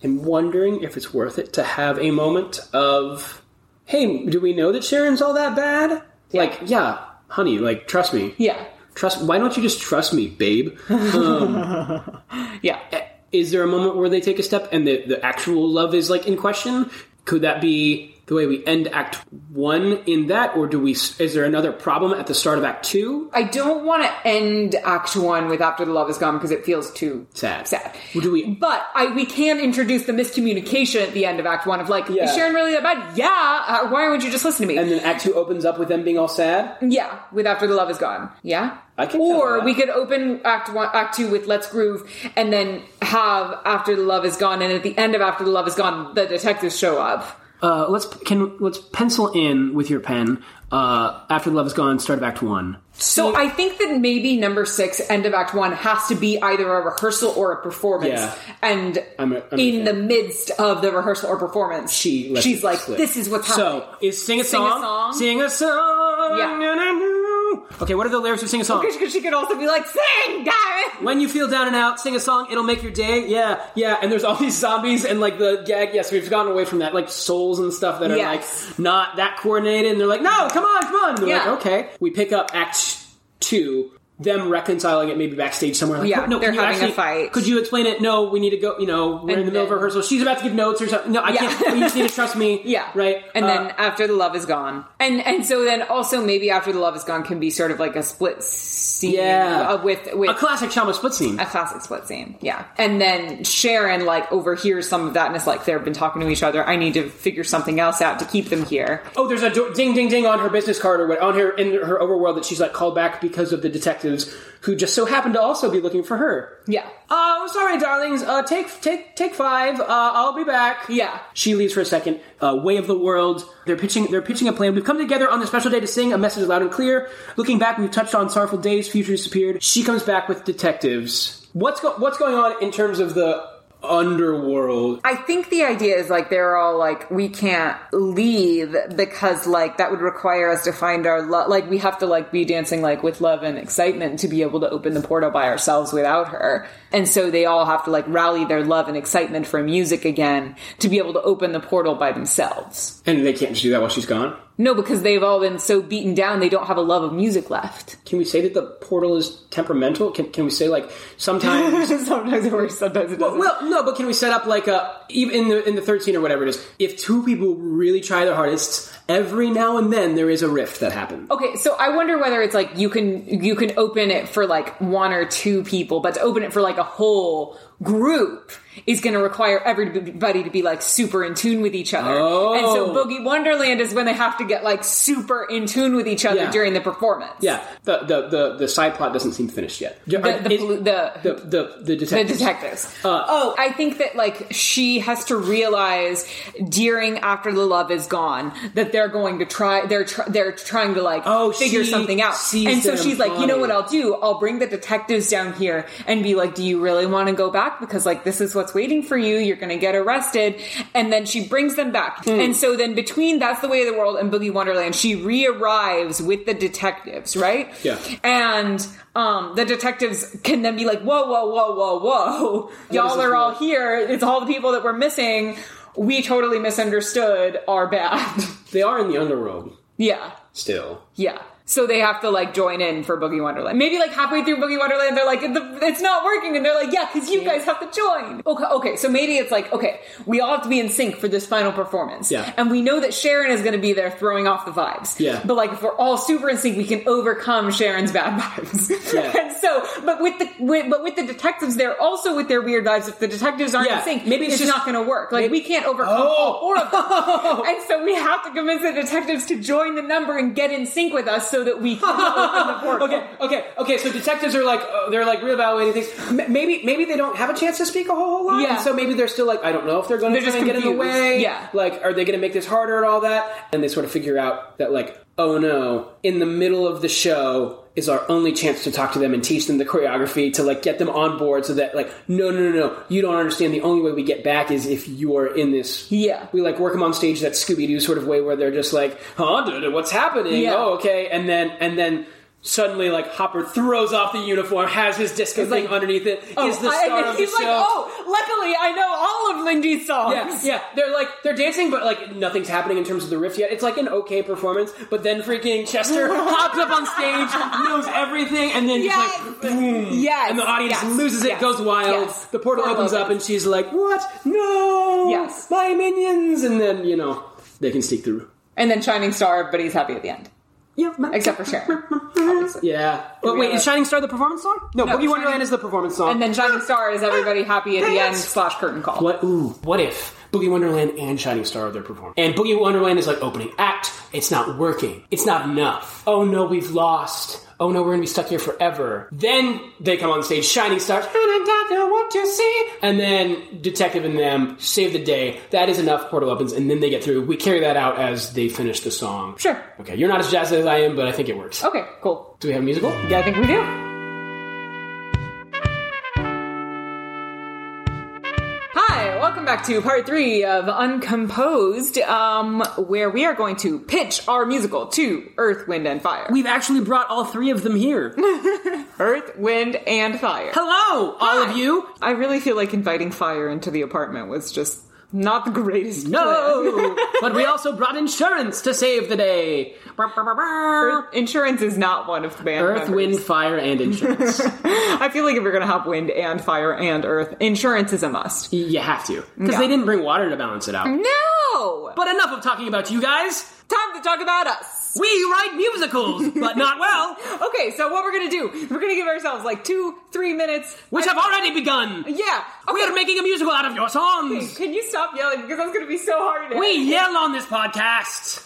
[SPEAKER 2] I'm wondering if it's worth it to have a moment of, hey, do we know that Sharon's all that bad? Like, yeah, honey, like trust me.
[SPEAKER 1] Yeah.
[SPEAKER 2] Trust. Why don't you just trust me, babe? Um, *laughs* eh,
[SPEAKER 1] Yeah.
[SPEAKER 2] Is there a moment where they take a step and the, the actual love is like in question? Could that be the way we end Act One in that, or do we? Is there another problem at the start of Act Two?
[SPEAKER 1] I don't want to end Act One with After the Love is Gone because it feels too
[SPEAKER 2] Sad.
[SPEAKER 1] Sad.
[SPEAKER 2] Or do we?
[SPEAKER 1] But I, we can introduce the miscommunication at the end of Act One of like,
[SPEAKER 2] Yeah.
[SPEAKER 1] is Sharon really that bad? Yeah. Uh, why would not you just listen to me?
[SPEAKER 2] And then Act Two opens up with them being all sad.
[SPEAKER 1] yeah. With After the Love is Gone. Yeah.
[SPEAKER 2] I can tell
[SPEAKER 1] Or
[SPEAKER 2] that.
[SPEAKER 1] we could open Act One, Act Two with Let's Groove, and then have After the Love is Gone, and at the end of After the Love is Gone, the detectives show up.
[SPEAKER 2] Uh, let's can let's pencil in with your pen. Uh, after the love is gone, start of Act One.
[SPEAKER 1] So I think that maybe number six, end of Act One, has to be either a rehearsal or a performance.
[SPEAKER 2] Yeah.
[SPEAKER 1] And
[SPEAKER 2] I'm a- I'm a
[SPEAKER 1] in
[SPEAKER 2] fan.
[SPEAKER 1] the midst of the rehearsal or performance,
[SPEAKER 2] She lets
[SPEAKER 1] she's
[SPEAKER 2] it
[SPEAKER 1] like,
[SPEAKER 2] slip.
[SPEAKER 1] "This is what's happening."
[SPEAKER 2] So is sing a
[SPEAKER 1] Sing a
[SPEAKER 2] song.
[SPEAKER 1] song?
[SPEAKER 2] Sing a song.
[SPEAKER 1] Yeah.
[SPEAKER 2] na-na-na. Okay, what are the lyrics of sing a song?
[SPEAKER 1] Because she could also be like, "Sing, Darren."
[SPEAKER 2] When you feel down and out, sing a song. It'll make your day. Yeah, yeah. And there's all *laughs* these zombies and like the gag. Yes, we've gotten away from that. Like souls and stuff that are
[SPEAKER 1] Yes.
[SPEAKER 2] like not that coordinated. And they're like, no, come on, come on. And they're
[SPEAKER 1] Yeah.
[SPEAKER 2] like, okay. We pick up Act Two. Them reconciling it maybe backstage somewhere. Like,
[SPEAKER 1] Yeah,
[SPEAKER 2] no,
[SPEAKER 1] they're
[SPEAKER 2] can you
[SPEAKER 1] having a
[SPEAKER 2] actually,
[SPEAKER 1] fight.
[SPEAKER 2] Could you explain it? No, we need to go. You know, we're in
[SPEAKER 1] And
[SPEAKER 2] the middle of
[SPEAKER 1] then-
[SPEAKER 2] rehearsal. She's about to give notes or something. No, I
[SPEAKER 1] Yeah.
[SPEAKER 2] can't. You just need to trust me.
[SPEAKER 1] *laughs* Yeah.
[SPEAKER 2] right.
[SPEAKER 1] And
[SPEAKER 2] Uh,
[SPEAKER 1] then after the love is gone, and and so then also maybe after the love is gone can be sort of like a split scene.
[SPEAKER 2] Yeah.
[SPEAKER 1] uh, with with
[SPEAKER 2] a classic Shama split scene.
[SPEAKER 1] a classic split scene. Yeah. And then Sharon like overhears some of that and is like, they've been talking to each other. I need to figure something else out to keep them here.
[SPEAKER 2] Oh, there's a do- ding, ding, ding on her business card or what on her in her overworld that she's like called back because of the detectives who just so happened to also be looking for her.
[SPEAKER 1] Yeah.
[SPEAKER 2] Oh, sorry, darlings. Uh, take, take, take five. Uh, I'll be back.
[SPEAKER 1] Yeah.
[SPEAKER 2] She leaves for a second. Uh, Way of the World. They're pitching. They're pitching a plan. We've come together on this special day to sing a message loud and clear. Looking back, we've touched on sorrowful days, future disappeared. She comes back with detectives. What's go- what's going on in terms of the underworld?
[SPEAKER 1] I think the idea is like they're all like, we can't leave because like that would require us to find our love. Like we have to like be dancing like with love and excitement to be able to open the portal by ourselves without her. And so they all have to like rally their love and excitement for music again to be able to open the portal by themselves.
[SPEAKER 2] And they can't just do that while she's gone.
[SPEAKER 1] No, because they've all been so beaten down, they don't have a love of music left. *laughs*
[SPEAKER 2] Can we say that the portal is temperamental? Can, can we say like
[SPEAKER 1] *laughs*
[SPEAKER 2] sometimes?
[SPEAKER 1] sometimes it works, sometimes it doesn't.
[SPEAKER 2] well, no, but can we set up like a even in the in the third scene or whatever it is? If two people really try their hardest, every now and then there is a rift that happens. Oh,
[SPEAKER 1] okay, so I wonder whether it's like you can you can open it for like one or two people, but to open it for like a whole group is going to require everybody to be like super in tune with each other.
[SPEAKER 2] Oh.
[SPEAKER 1] And so Boogie Wonderland is when they have to get like super in tune with each other
[SPEAKER 2] Yeah.
[SPEAKER 1] during the performance.
[SPEAKER 2] Yeah, the the the, the side plot doesn't seem finished yet.
[SPEAKER 1] The the, blue- the
[SPEAKER 2] the Uh. the the
[SPEAKER 1] the
[SPEAKER 2] detectives.
[SPEAKER 1] detectives. oh, I think that like she has to realize during after the love is gone that they're going to try. They're tr- they're trying to like
[SPEAKER 2] Oh,
[SPEAKER 1] figure
[SPEAKER 2] she
[SPEAKER 1] something out,
[SPEAKER 2] sees
[SPEAKER 1] and so
[SPEAKER 2] them
[SPEAKER 1] she's like, you know
[SPEAKER 2] plotting.
[SPEAKER 1] what I'll do? I'll bring the detectives down here and be like, do you really want to go back? Because like this is what's waiting for you. You're going to get arrested, and then she brings them back.
[SPEAKER 2] Hmm.
[SPEAKER 1] And so then between that's the way of the world and Boogie Wonderland, she re-arrives with the detectives, right?
[SPEAKER 2] Yeah.
[SPEAKER 1] And um, the detectives can then be like, whoa, whoa, whoa, whoa, whoa. Y'all
[SPEAKER 2] this
[SPEAKER 1] are all
[SPEAKER 2] for?
[SPEAKER 1] here. It's all the people that we're missing. We totally misunderstood. Are bad. *laughs*
[SPEAKER 2] They are in the underworld
[SPEAKER 1] yeah.
[SPEAKER 2] still.
[SPEAKER 1] Yeah. So they have to like join in for Boogie Wonderland. Maybe like halfway through Boogie Wonderland, they're like, "The- it's not working. And they're like, yeah, because you guys have to join. Okay, okay. So maybe it's like, okay, we all have to be in sync for this final performance.
[SPEAKER 2] Yeah.
[SPEAKER 1] And we know that Sharon is going to be there throwing off the vibes.
[SPEAKER 2] Yeah.
[SPEAKER 1] But like, if we're all super in sync, we can overcome Sharon's bad vibes.
[SPEAKER 2] Yeah.
[SPEAKER 1] *laughs* and so, but with the, with, but with the detectives, they're also with their weird vibes. If the detectives aren't
[SPEAKER 2] Yeah.
[SPEAKER 1] in sync,
[SPEAKER 2] Maybe
[SPEAKER 1] maybe
[SPEAKER 2] it's
[SPEAKER 1] it's,
[SPEAKER 2] just-
[SPEAKER 1] not going to work. Like, we can't overcome
[SPEAKER 2] Oh.
[SPEAKER 1] all four of them.
[SPEAKER 2] *laughs*
[SPEAKER 1] And so we have to convince the detectives to join the number and get in sync with us so that we can
[SPEAKER 2] *laughs*
[SPEAKER 1] open the portal.
[SPEAKER 2] okay, okay, okay. So detectives are like uh, they're like reevaluating things. M- maybe maybe they don't have a chance to speak a whole, whole lot.
[SPEAKER 1] Yeah.
[SPEAKER 2] and so maybe they're still like I don't know if they're going to
[SPEAKER 1] They're just
[SPEAKER 2] try and get in the
[SPEAKER 1] confused.
[SPEAKER 2] way.
[SPEAKER 1] Yeah.
[SPEAKER 2] Like are they going to make this harder and all that? And they sort of figure out that like oh no, in the middle of the show is our only chance to talk to them and teach them the choreography to like get them on board so that like no no no no you don't understand the only way we get back is if you're in this
[SPEAKER 1] Yeah.
[SPEAKER 2] we like work them on stage that Scooby Doo sort of way where they're just like, huh, dude, what's happening?
[SPEAKER 1] Yeah.
[SPEAKER 2] Oh, okay, and then and then suddenly like Hopper throws off the uniform, has his disco
[SPEAKER 1] It's
[SPEAKER 2] thing
[SPEAKER 1] like-
[SPEAKER 2] underneath it, is the
[SPEAKER 1] Oh, I-
[SPEAKER 2] star
[SPEAKER 1] and
[SPEAKER 2] of the
[SPEAKER 1] he's
[SPEAKER 2] show.
[SPEAKER 1] like, oh, luckily I know all of Lindy's songs.
[SPEAKER 2] Yeah, yeah, they're like they're dancing, but like nothing's happening in terms of the riff yet. It's like an okay performance, but then freaking
[SPEAKER 1] *laughs*
[SPEAKER 2] Chester hops up on stage, knows everything, and then
[SPEAKER 1] Yes.
[SPEAKER 2] just like boom,
[SPEAKER 1] Yes.
[SPEAKER 2] and the audience
[SPEAKER 1] Yes.
[SPEAKER 2] loses it,
[SPEAKER 1] Yes.
[SPEAKER 2] goes wild.
[SPEAKER 1] Yes.
[SPEAKER 2] The portal
[SPEAKER 1] Portal
[SPEAKER 2] opens up,
[SPEAKER 1] opens.
[SPEAKER 2] and she's like, "What? No!
[SPEAKER 1] Yes.
[SPEAKER 2] my minions!" And then you know they can sneak through.
[SPEAKER 1] And then Shining Star, but he's happy at the end.
[SPEAKER 2] Yeah,
[SPEAKER 1] Except for
[SPEAKER 2] *laughs*
[SPEAKER 1] Sharon. obviously.
[SPEAKER 2] Yeah. But
[SPEAKER 1] we
[SPEAKER 2] wait,
[SPEAKER 1] have
[SPEAKER 2] is
[SPEAKER 1] a-
[SPEAKER 2] Shining Star the performance song? No,
[SPEAKER 1] No,
[SPEAKER 2] Boogie
[SPEAKER 1] Shining-
[SPEAKER 2] Wonderland is the performance song.
[SPEAKER 1] And then Shining Star is everybody happy at the end
[SPEAKER 2] Yes.
[SPEAKER 1] slash curtain call.
[SPEAKER 2] what? Ooh, what if Boogie Wonderland and Shining Star are their performance? And Boogie Wonderland is like opening act. It's not working. It's not enough. Oh no, we've lost. Oh no, we're gonna be stuck here forever. Then they come on stage, Shining Star, and I don't know what to see. And then Detective and them save the day. That is enough. Portal opens, and then they get through. We carry that out as they finish the song.
[SPEAKER 1] Sure.
[SPEAKER 2] Okay, you're not as jazzed as I am, but I think it works.
[SPEAKER 1] Okay, cool.
[SPEAKER 2] Do we have a musical?
[SPEAKER 1] Yeah, I think we do. Hi, welcome back to part three of Uncomposed, um, where we are going to pitch our musical to Earth, Wind, and Fire.
[SPEAKER 2] We've actually brought all three of them here.
[SPEAKER 1] Earth, Wind, and Fire.
[SPEAKER 2] Hello, all of you.
[SPEAKER 1] I really feel like inviting fire into the apartment was just not the greatest. plan. *laughs*
[SPEAKER 2] No, but we also brought insurance to save the day. Earth,
[SPEAKER 1] Earth- insurance is not one of the band.
[SPEAKER 2] Earth, wind,
[SPEAKER 1] members.
[SPEAKER 2] fire,
[SPEAKER 1] *laughs*
[SPEAKER 2] and insurance.
[SPEAKER 1] I feel like if you're going to have wind and fire and earth, insurance is a must.
[SPEAKER 2] you have to, because
[SPEAKER 1] Yeah. Mm-hmm.
[SPEAKER 2] they didn't bring water to balance it out.
[SPEAKER 1] No,
[SPEAKER 2] But enough of talking about you guys.
[SPEAKER 1] time to talk about us.
[SPEAKER 2] We write musicals, but not well,
[SPEAKER 1] Okay, so what we're gonna do? We're gonna give ourselves like two, three minutes.
[SPEAKER 2] which have already begun.
[SPEAKER 1] Yeah.
[SPEAKER 2] We are making a musical out of your songs.
[SPEAKER 1] Can you stop yelling? Because that's gonna be so hard. to-
[SPEAKER 2] We yell on
[SPEAKER 1] *laughs*
[SPEAKER 2] this podcast.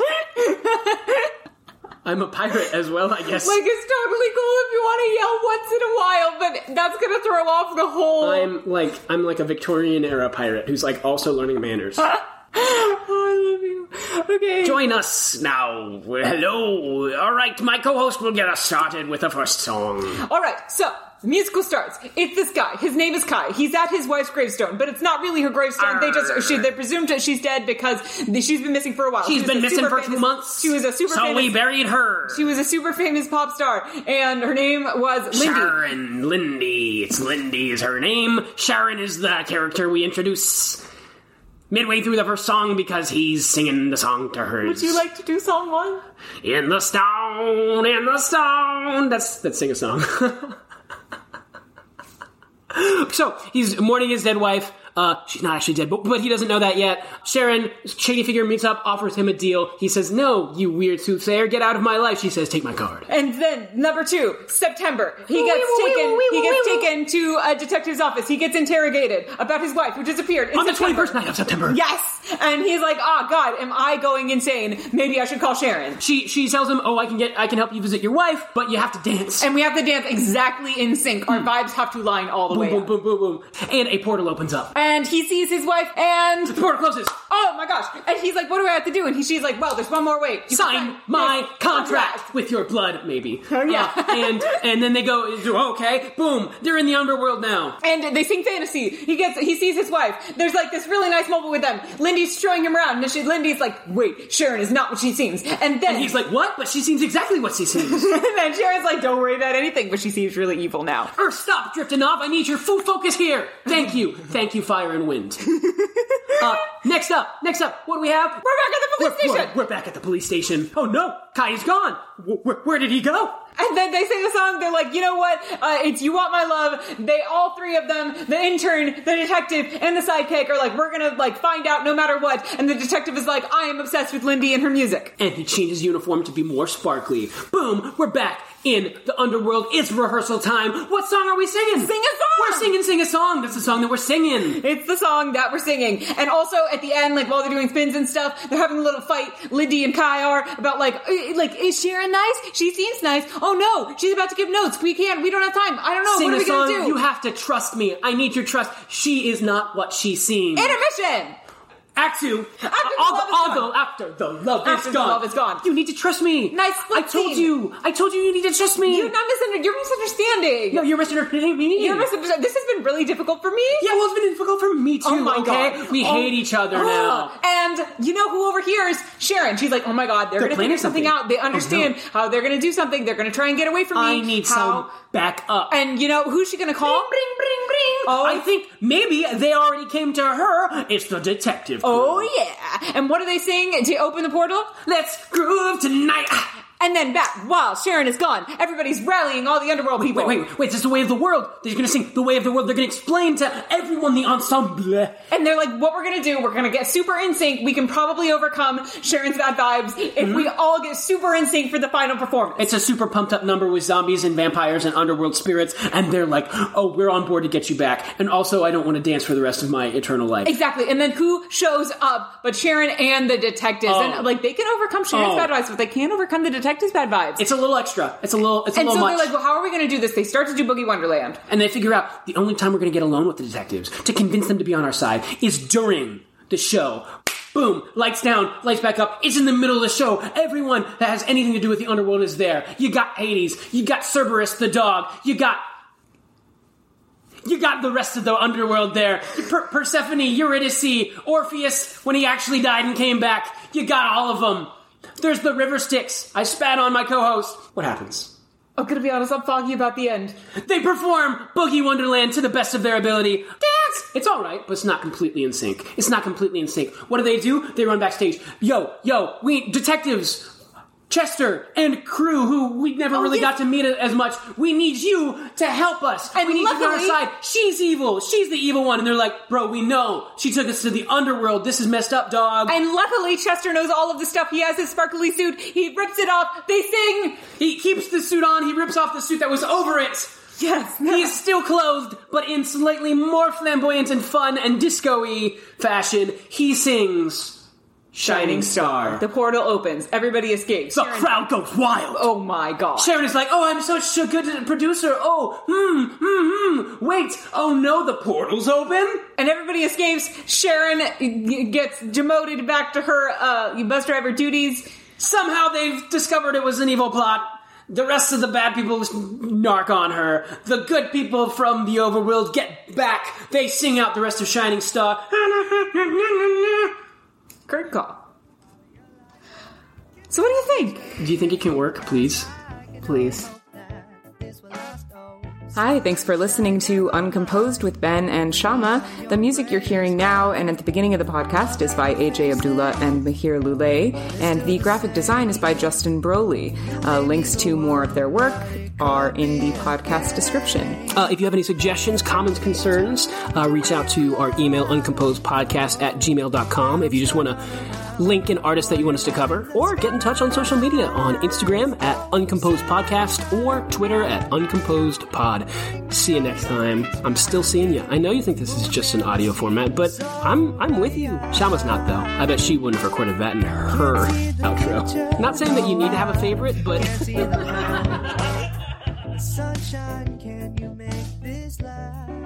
[SPEAKER 2] I'm a pirate as well, I guess.
[SPEAKER 1] Like it's totally cool if you want to yell once in a while, but that's gonna throw off the whole.
[SPEAKER 2] I'm like I'm like a Victorian era pirate who's like also learning manners.
[SPEAKER 1] Oh, I love you. *laughs* Okay.
[SPEAKER 2] Join us now. Hello. All right, my co-host will get us started with the first song.
[SPEAKER 1] All right, so the musical starts. It's this guy. His name is Kai. He's at his wife's gravestone, but it's not really her gravestone. They just she, they presumed that she's dead because the- she's been missing for a while.
[SPEAKER 2] She's
[SPEAKER 1] She was
[SPEAKER 2] been
[SPEAKER 1] a
[SPEAKER 2] missing
[SPEAKER 1] super
[SPEAKER 2] for two
[SPEAKER 1] famous-
[SPEAKER 2] months.
[SPEAKER 1] She was a super
[SPEAKER 2] so
[SPEAKER 1] famous.
[SPEAKER 2] we buried her.
[SPEAKER 1] she was a super famous pop star, and her name was Lindy.
[SPEAKER 2] Sharon Lindy. It's Lindy is her name. Sharon is the character we introduce midway through the first song because he's singing the song to hers.
[SPEAKER 1] Would you like to do song one?
[SPEAKER 2] in the stone, in the stone? That's that's sing a song. *laughs* so he's mourning his dead wife. Uh, she's not actually dead, but, but he doesn't know that yet. Sharon, shady figure, meets up, offers him a deal. He says, "No, you weird soothsayer, get out of my life." She says, "Take my card."
[SPEAKER 1] And then number two, September. He
[SPEAKER 2] Wee,
[SPEAKER 1] gets
[SPEAKER 2] wee, wee,
[SPEAKER 1] taken.
[SPEAKER 2] wee, wee,
[SPEAKER 1] he gets
[SPEAKER 2] wee, wee.
[SPEAKER 1] taken to a detective's office. He gets interrogated about his wife who disappeared in
[SPEAKER 2] On the
[SPEAKER 1] September.
[SPEAKER 2] twenty-first night of September,
[SPEAKER 1] Yes, and he's like, "Ah, God, am I going insane? Maybe I should call Sharon."
[SPEAKER 2] she she tells him, "Oh, I can get, I can help you visit your wife, but you have to dance."
[SPEAKER 1] And we have to dance exactly in sync. Our vibes have to line all the way.
[SPEAKER 2] boom,
[SPEAKER 1] up.
[SPEAKER 2] boom, boom, boom, and a portal opens up.
[SPEAKER 1] And he sees his wife, and
[SPEAKER 2] The portal closes.
[SPEAKER 1] oh my gosh! And he's like, "What do I have to do?" And he, she's like, "Well, there's one more way. You
[SPEAKER 2] sign my
[SPEAKER 1] this
[SPEAKER 2] contract with your blood,
[SPEAKER 1] *laughs*
[SPEAKER 2] maybe.
[SPEAKER 1] yeah.
[SPEAKER 2] Uh, and and then they go, okay, boom, they're in the underworld now.
[SPEAKER 1] And they sing fantasy. He gets, he sees his wife. There's like this really nice moment with them. Lindy's showing him around, and she, Lindy's like, "Wait, Sharon is not what she seems." And then
[SPEAKER 2] And he's like, what? But she seems exactly what she seems.
[SPEAKER 1] *laughs* and then Sharon's like, "Don't worry about anything," but she seems really evil now.
[SPEAKER 2] Earth, stop drifting off.
[SPEAKER 1] *laughs*
[SPEAKER 2] I need your full focus here. Thank you. Thank you, fire and wind. Uh, next up, up, next up, what do we
[SPEAKER 1] We're
[SPEAKER 2] have?
[SPEAKER 1] back at the police
[SPEAKER 2] We're-
[SPEAKER 1] station.
[SPEAKER 2] We're, we're back at the police station. Oh no, Kai is gone. Wh- wh- where did he go?
[SPEAKER 1] And then they sing the song. They're like, you know what? Uh, it's "You Want My Love." They all three of them, the intern, the detective, and the sidekick, are like, we're gonna like find out no matter what. And the detective is like, I am obsessed with Lindy and her music.
[SPEAKER 2] And he changed his uniform to be more sparkly. Boom, we're back in the underworld. It's rehearsal time. What song are we singing?
[SPEAKER 1] Sing a song!
[SPEAKER 2] We're singing Sing a Song. That's the song that we're singing.
[SPEAKER 1] It's the song that we're singing. And also at the end, like while they're doing spins and stuff, they're having a little fight. Lindy and Kai are about like, "Eh, like is Sharon nice? She seems nice. Oh no, she's about to give notes. We can't. We don't have time. I don't know.
[SPEAKER 2] Sing
[SPEAKER 1] what are
[SPEAKER 2] a
[SPEAKER 1] we
[SPEAKER 2] song.
[SPEAKER 1] gonna do?
[SPEAKER 2] You have to trust me. I need your trust. She is not what she seems.
[SPEAKER 1] Intermission.
[SPEAKER 2] Act two.
[SPEAKER 1] the
[SPEAKER 2] Although-
[SPEAKER 1] love is gone.
[SPEAKER 2] although after the love
[SPEAKER 1] After
[SPEAKER 2] is
[SPEAKER 1] the
[SPEAKER 2] gone.
[SPEAKER 1] love is gone.
[SPEAKER 2] You need to trust me.
[SPEAKER 1] Nice
[SPEAKER 2] I
[SPEAKER 1] split
[SPEAKER 2] told
[SPEAKER 1] scene.
[SPEAKER 2] you. I told you you need to trust me.
[SPEAKER 1] You're not misunderstanding. You're misunderstanding.
[SPEAKER 2] no, you're misunderstanding me.
[SPEAKER 1] You're misunderstanding. This has been really difficult for me.
[SPEAKER 2] yeah, well, it's been difficult for me too.
[SPEAKER 1] Oh my
[SPEAKER 2] okay?
[SPEAKER 1] god.
[SPEAKER 2] We
[SPEAKER 1] Oh.
[SPEAKER 2] hate each other
[SPEAKER 1] Ugh. *gasps*
[SPEAKER 2] now.
[SPEAKER 1] And you know who overhears? Sharon. She's like, oh my god, they're,
[SPEAKER 2] They're
[SPEAKER 1] gonna
[SPEAKER 2] planning
[SPEAKER 1] figure something
[SPEAKER 2] something.
[SPEAKER 1] out. They
[SPEAKER 2] Oh, no.
[SPEAKER 1] understand how they're gonna do something. They're gonna try and get away from me.
[SPEAKER 2] I need
[SPEAKER 1] how...
[SPEAKER 2] some back up.
[SPEAKER 1] And you know who's she gonna call?
[SPEAKER 2] Oh,
[SPEAKER 1] Oh.
[SPEAKER 2] I think maybe they already came to her. It's the detective.
[SPEAKER 1] Oh
[SPEAKER 2] crew.
[SPEAKER 1] yeah. And what do they sing to open the portal?
[SPEAKER 2] Let's groove tonight. Ah,
[SPEAKER 1] And then back while Sharon is gone, everybody's rallying all the underworld people.
[SPEAKER 2] Wait, wait, wait! It's the way of the world. They're going to sing the way of the world. They're going to explain to everyone the ensemble.
[SPEAKER 1] And they're like, what we're gonna do, we're gonna get super in sync. We can probably overcome Sharon's bad vibes if we
[SPEAKER 2] Mm-hmm.
[SPEAKER 1] all get super in sync for the final performance.
[SPEAKER 2] It's a super pumped up number with zombies and vampires and underworld spirits, and they're like, "Oh, we're on board to get you back." And also, I don't want to dance for the rest of my eternal life.
[SPEAKER 1] Exactly. And then who shows up but Sharon and the detectives?
[SPEAKER 2] Oh.
[SPEAKER 1] And like they can overcome Sharon's
[SPEAKER 2] Oh.
[SPEAKER 1] bad vibes, but they can't overcome the detectives' bad vibes.
[SPEAKER 2] It's a little extra. It's a little. It's a
[SPEAKER 1] and so
[SPEAKER 2] little
[SPEAKER 1] they're
[SPEAKER 2] much.
[SPEAKER 1] like, well, how are we going to do this? They start to do Boogie Wonderland.
[SPEAKER 2] and they figure out the only time we're going to get alone with the detectives to convince them to be on our side is during the show. Boom, lights down, lights back up. It's in the middle of the show. Everyone that has anything to do with the underworld is there. You got Hades, you got Cerberus the dog, you got you got the rest of the underworld there. Per- Persephone, Eurydice, Orpheus when he actually died and came back. You got all of them. There's the river Styx. I spat on my co-host. What happens?
[SPEAKER 1] I'm going to Oh, be honest, I'm foggy about the end.
[SPEAKER 2] They perform Boogie Wonderland to the best of their ability. Dance! It's alright, but it's not completely in sync. It's not completely in sync. What do they do? They run backstage. Yo, yo, we detectives! Chester and crew, who we never really
[SPEAKER 1] Oh, yeah.
[SPEAKER 2] got to meet as much, we need you to help us.
[SPEAKER 1] And
[SPEAKER 2] we need you on our
[SPEAKER 1] luckily-
[SPEAKER 2] side. She's evil. She's the evil one. And they're like, bro, we know. She took us to the underworld. This is messed up, dog.
[SPEAKER 1] And luckily, Chester knows all of the stuff. He has his sparkly suit. He rips it off. They sing.
[SPEAKER 2] he keeps the suit on. He rips off the suit that was over it.
[SPEAKER 1] Yes.
[SPEAKER 2] He is still clothed, but in slightly more flamboyant and fun and disco-y fashion. He sings Shining Star.
[SPEAKER 1] The
[SPEAKER 2] The,
[SPEAKER 1] portal opens. Everybody escapes. Sharon-
[SPEAKER 2] crowd goes wild.
[SPEAKER 1] Oh my god.
[SPEAKER 2] Sharon is like, oh, I'm such a good producer. Oh, hmm, hmm, hmm. Wait. Oh, no, the portal's open.
[SPEAKER 1] and everybody escapes. Sharon uh, gets demoted back to her uh, bus driver duties.
[SPEAKER 2] Somehow they've discovered it was an evil plot. The rest of the bad people narc on her. The good people from the overworld get back. They sing out the rest of Shining Star. *laughs*
[SPEAKER 1] Curtain call. So what do you think?
[SPEAKER 2] Do you think it can work, please?
[SPEAKER 1] please. Hi, thanks for listening to Uncomposed with Ben and Shama. The music you're hearing now and at the beginning of the podcast is by AJ Abdullah and Mahir Lule, and the graphic design is by Justin Broly. Uh, links to more of their work are in the podcast description.
[SPEAKER 2] Uh, if you have any suggestions, comments, concerns, uh, reach out to our email, uncomposedpodcast at gmail.com. If you just want to link an artist that you want us to cover, or get in touch on social media on Instagram at uncomposedpodcast or Twitter at uncomposedpod. See you next time. I'm still seeing you. I know you think this is just an audio format, but I'm I'm with you. Shama's not, though. I bet she wouldn't have recorded that in her outro. Not saying that you need to have a favorite, but.
[SPEAKER 3] sunshine, can you make this last?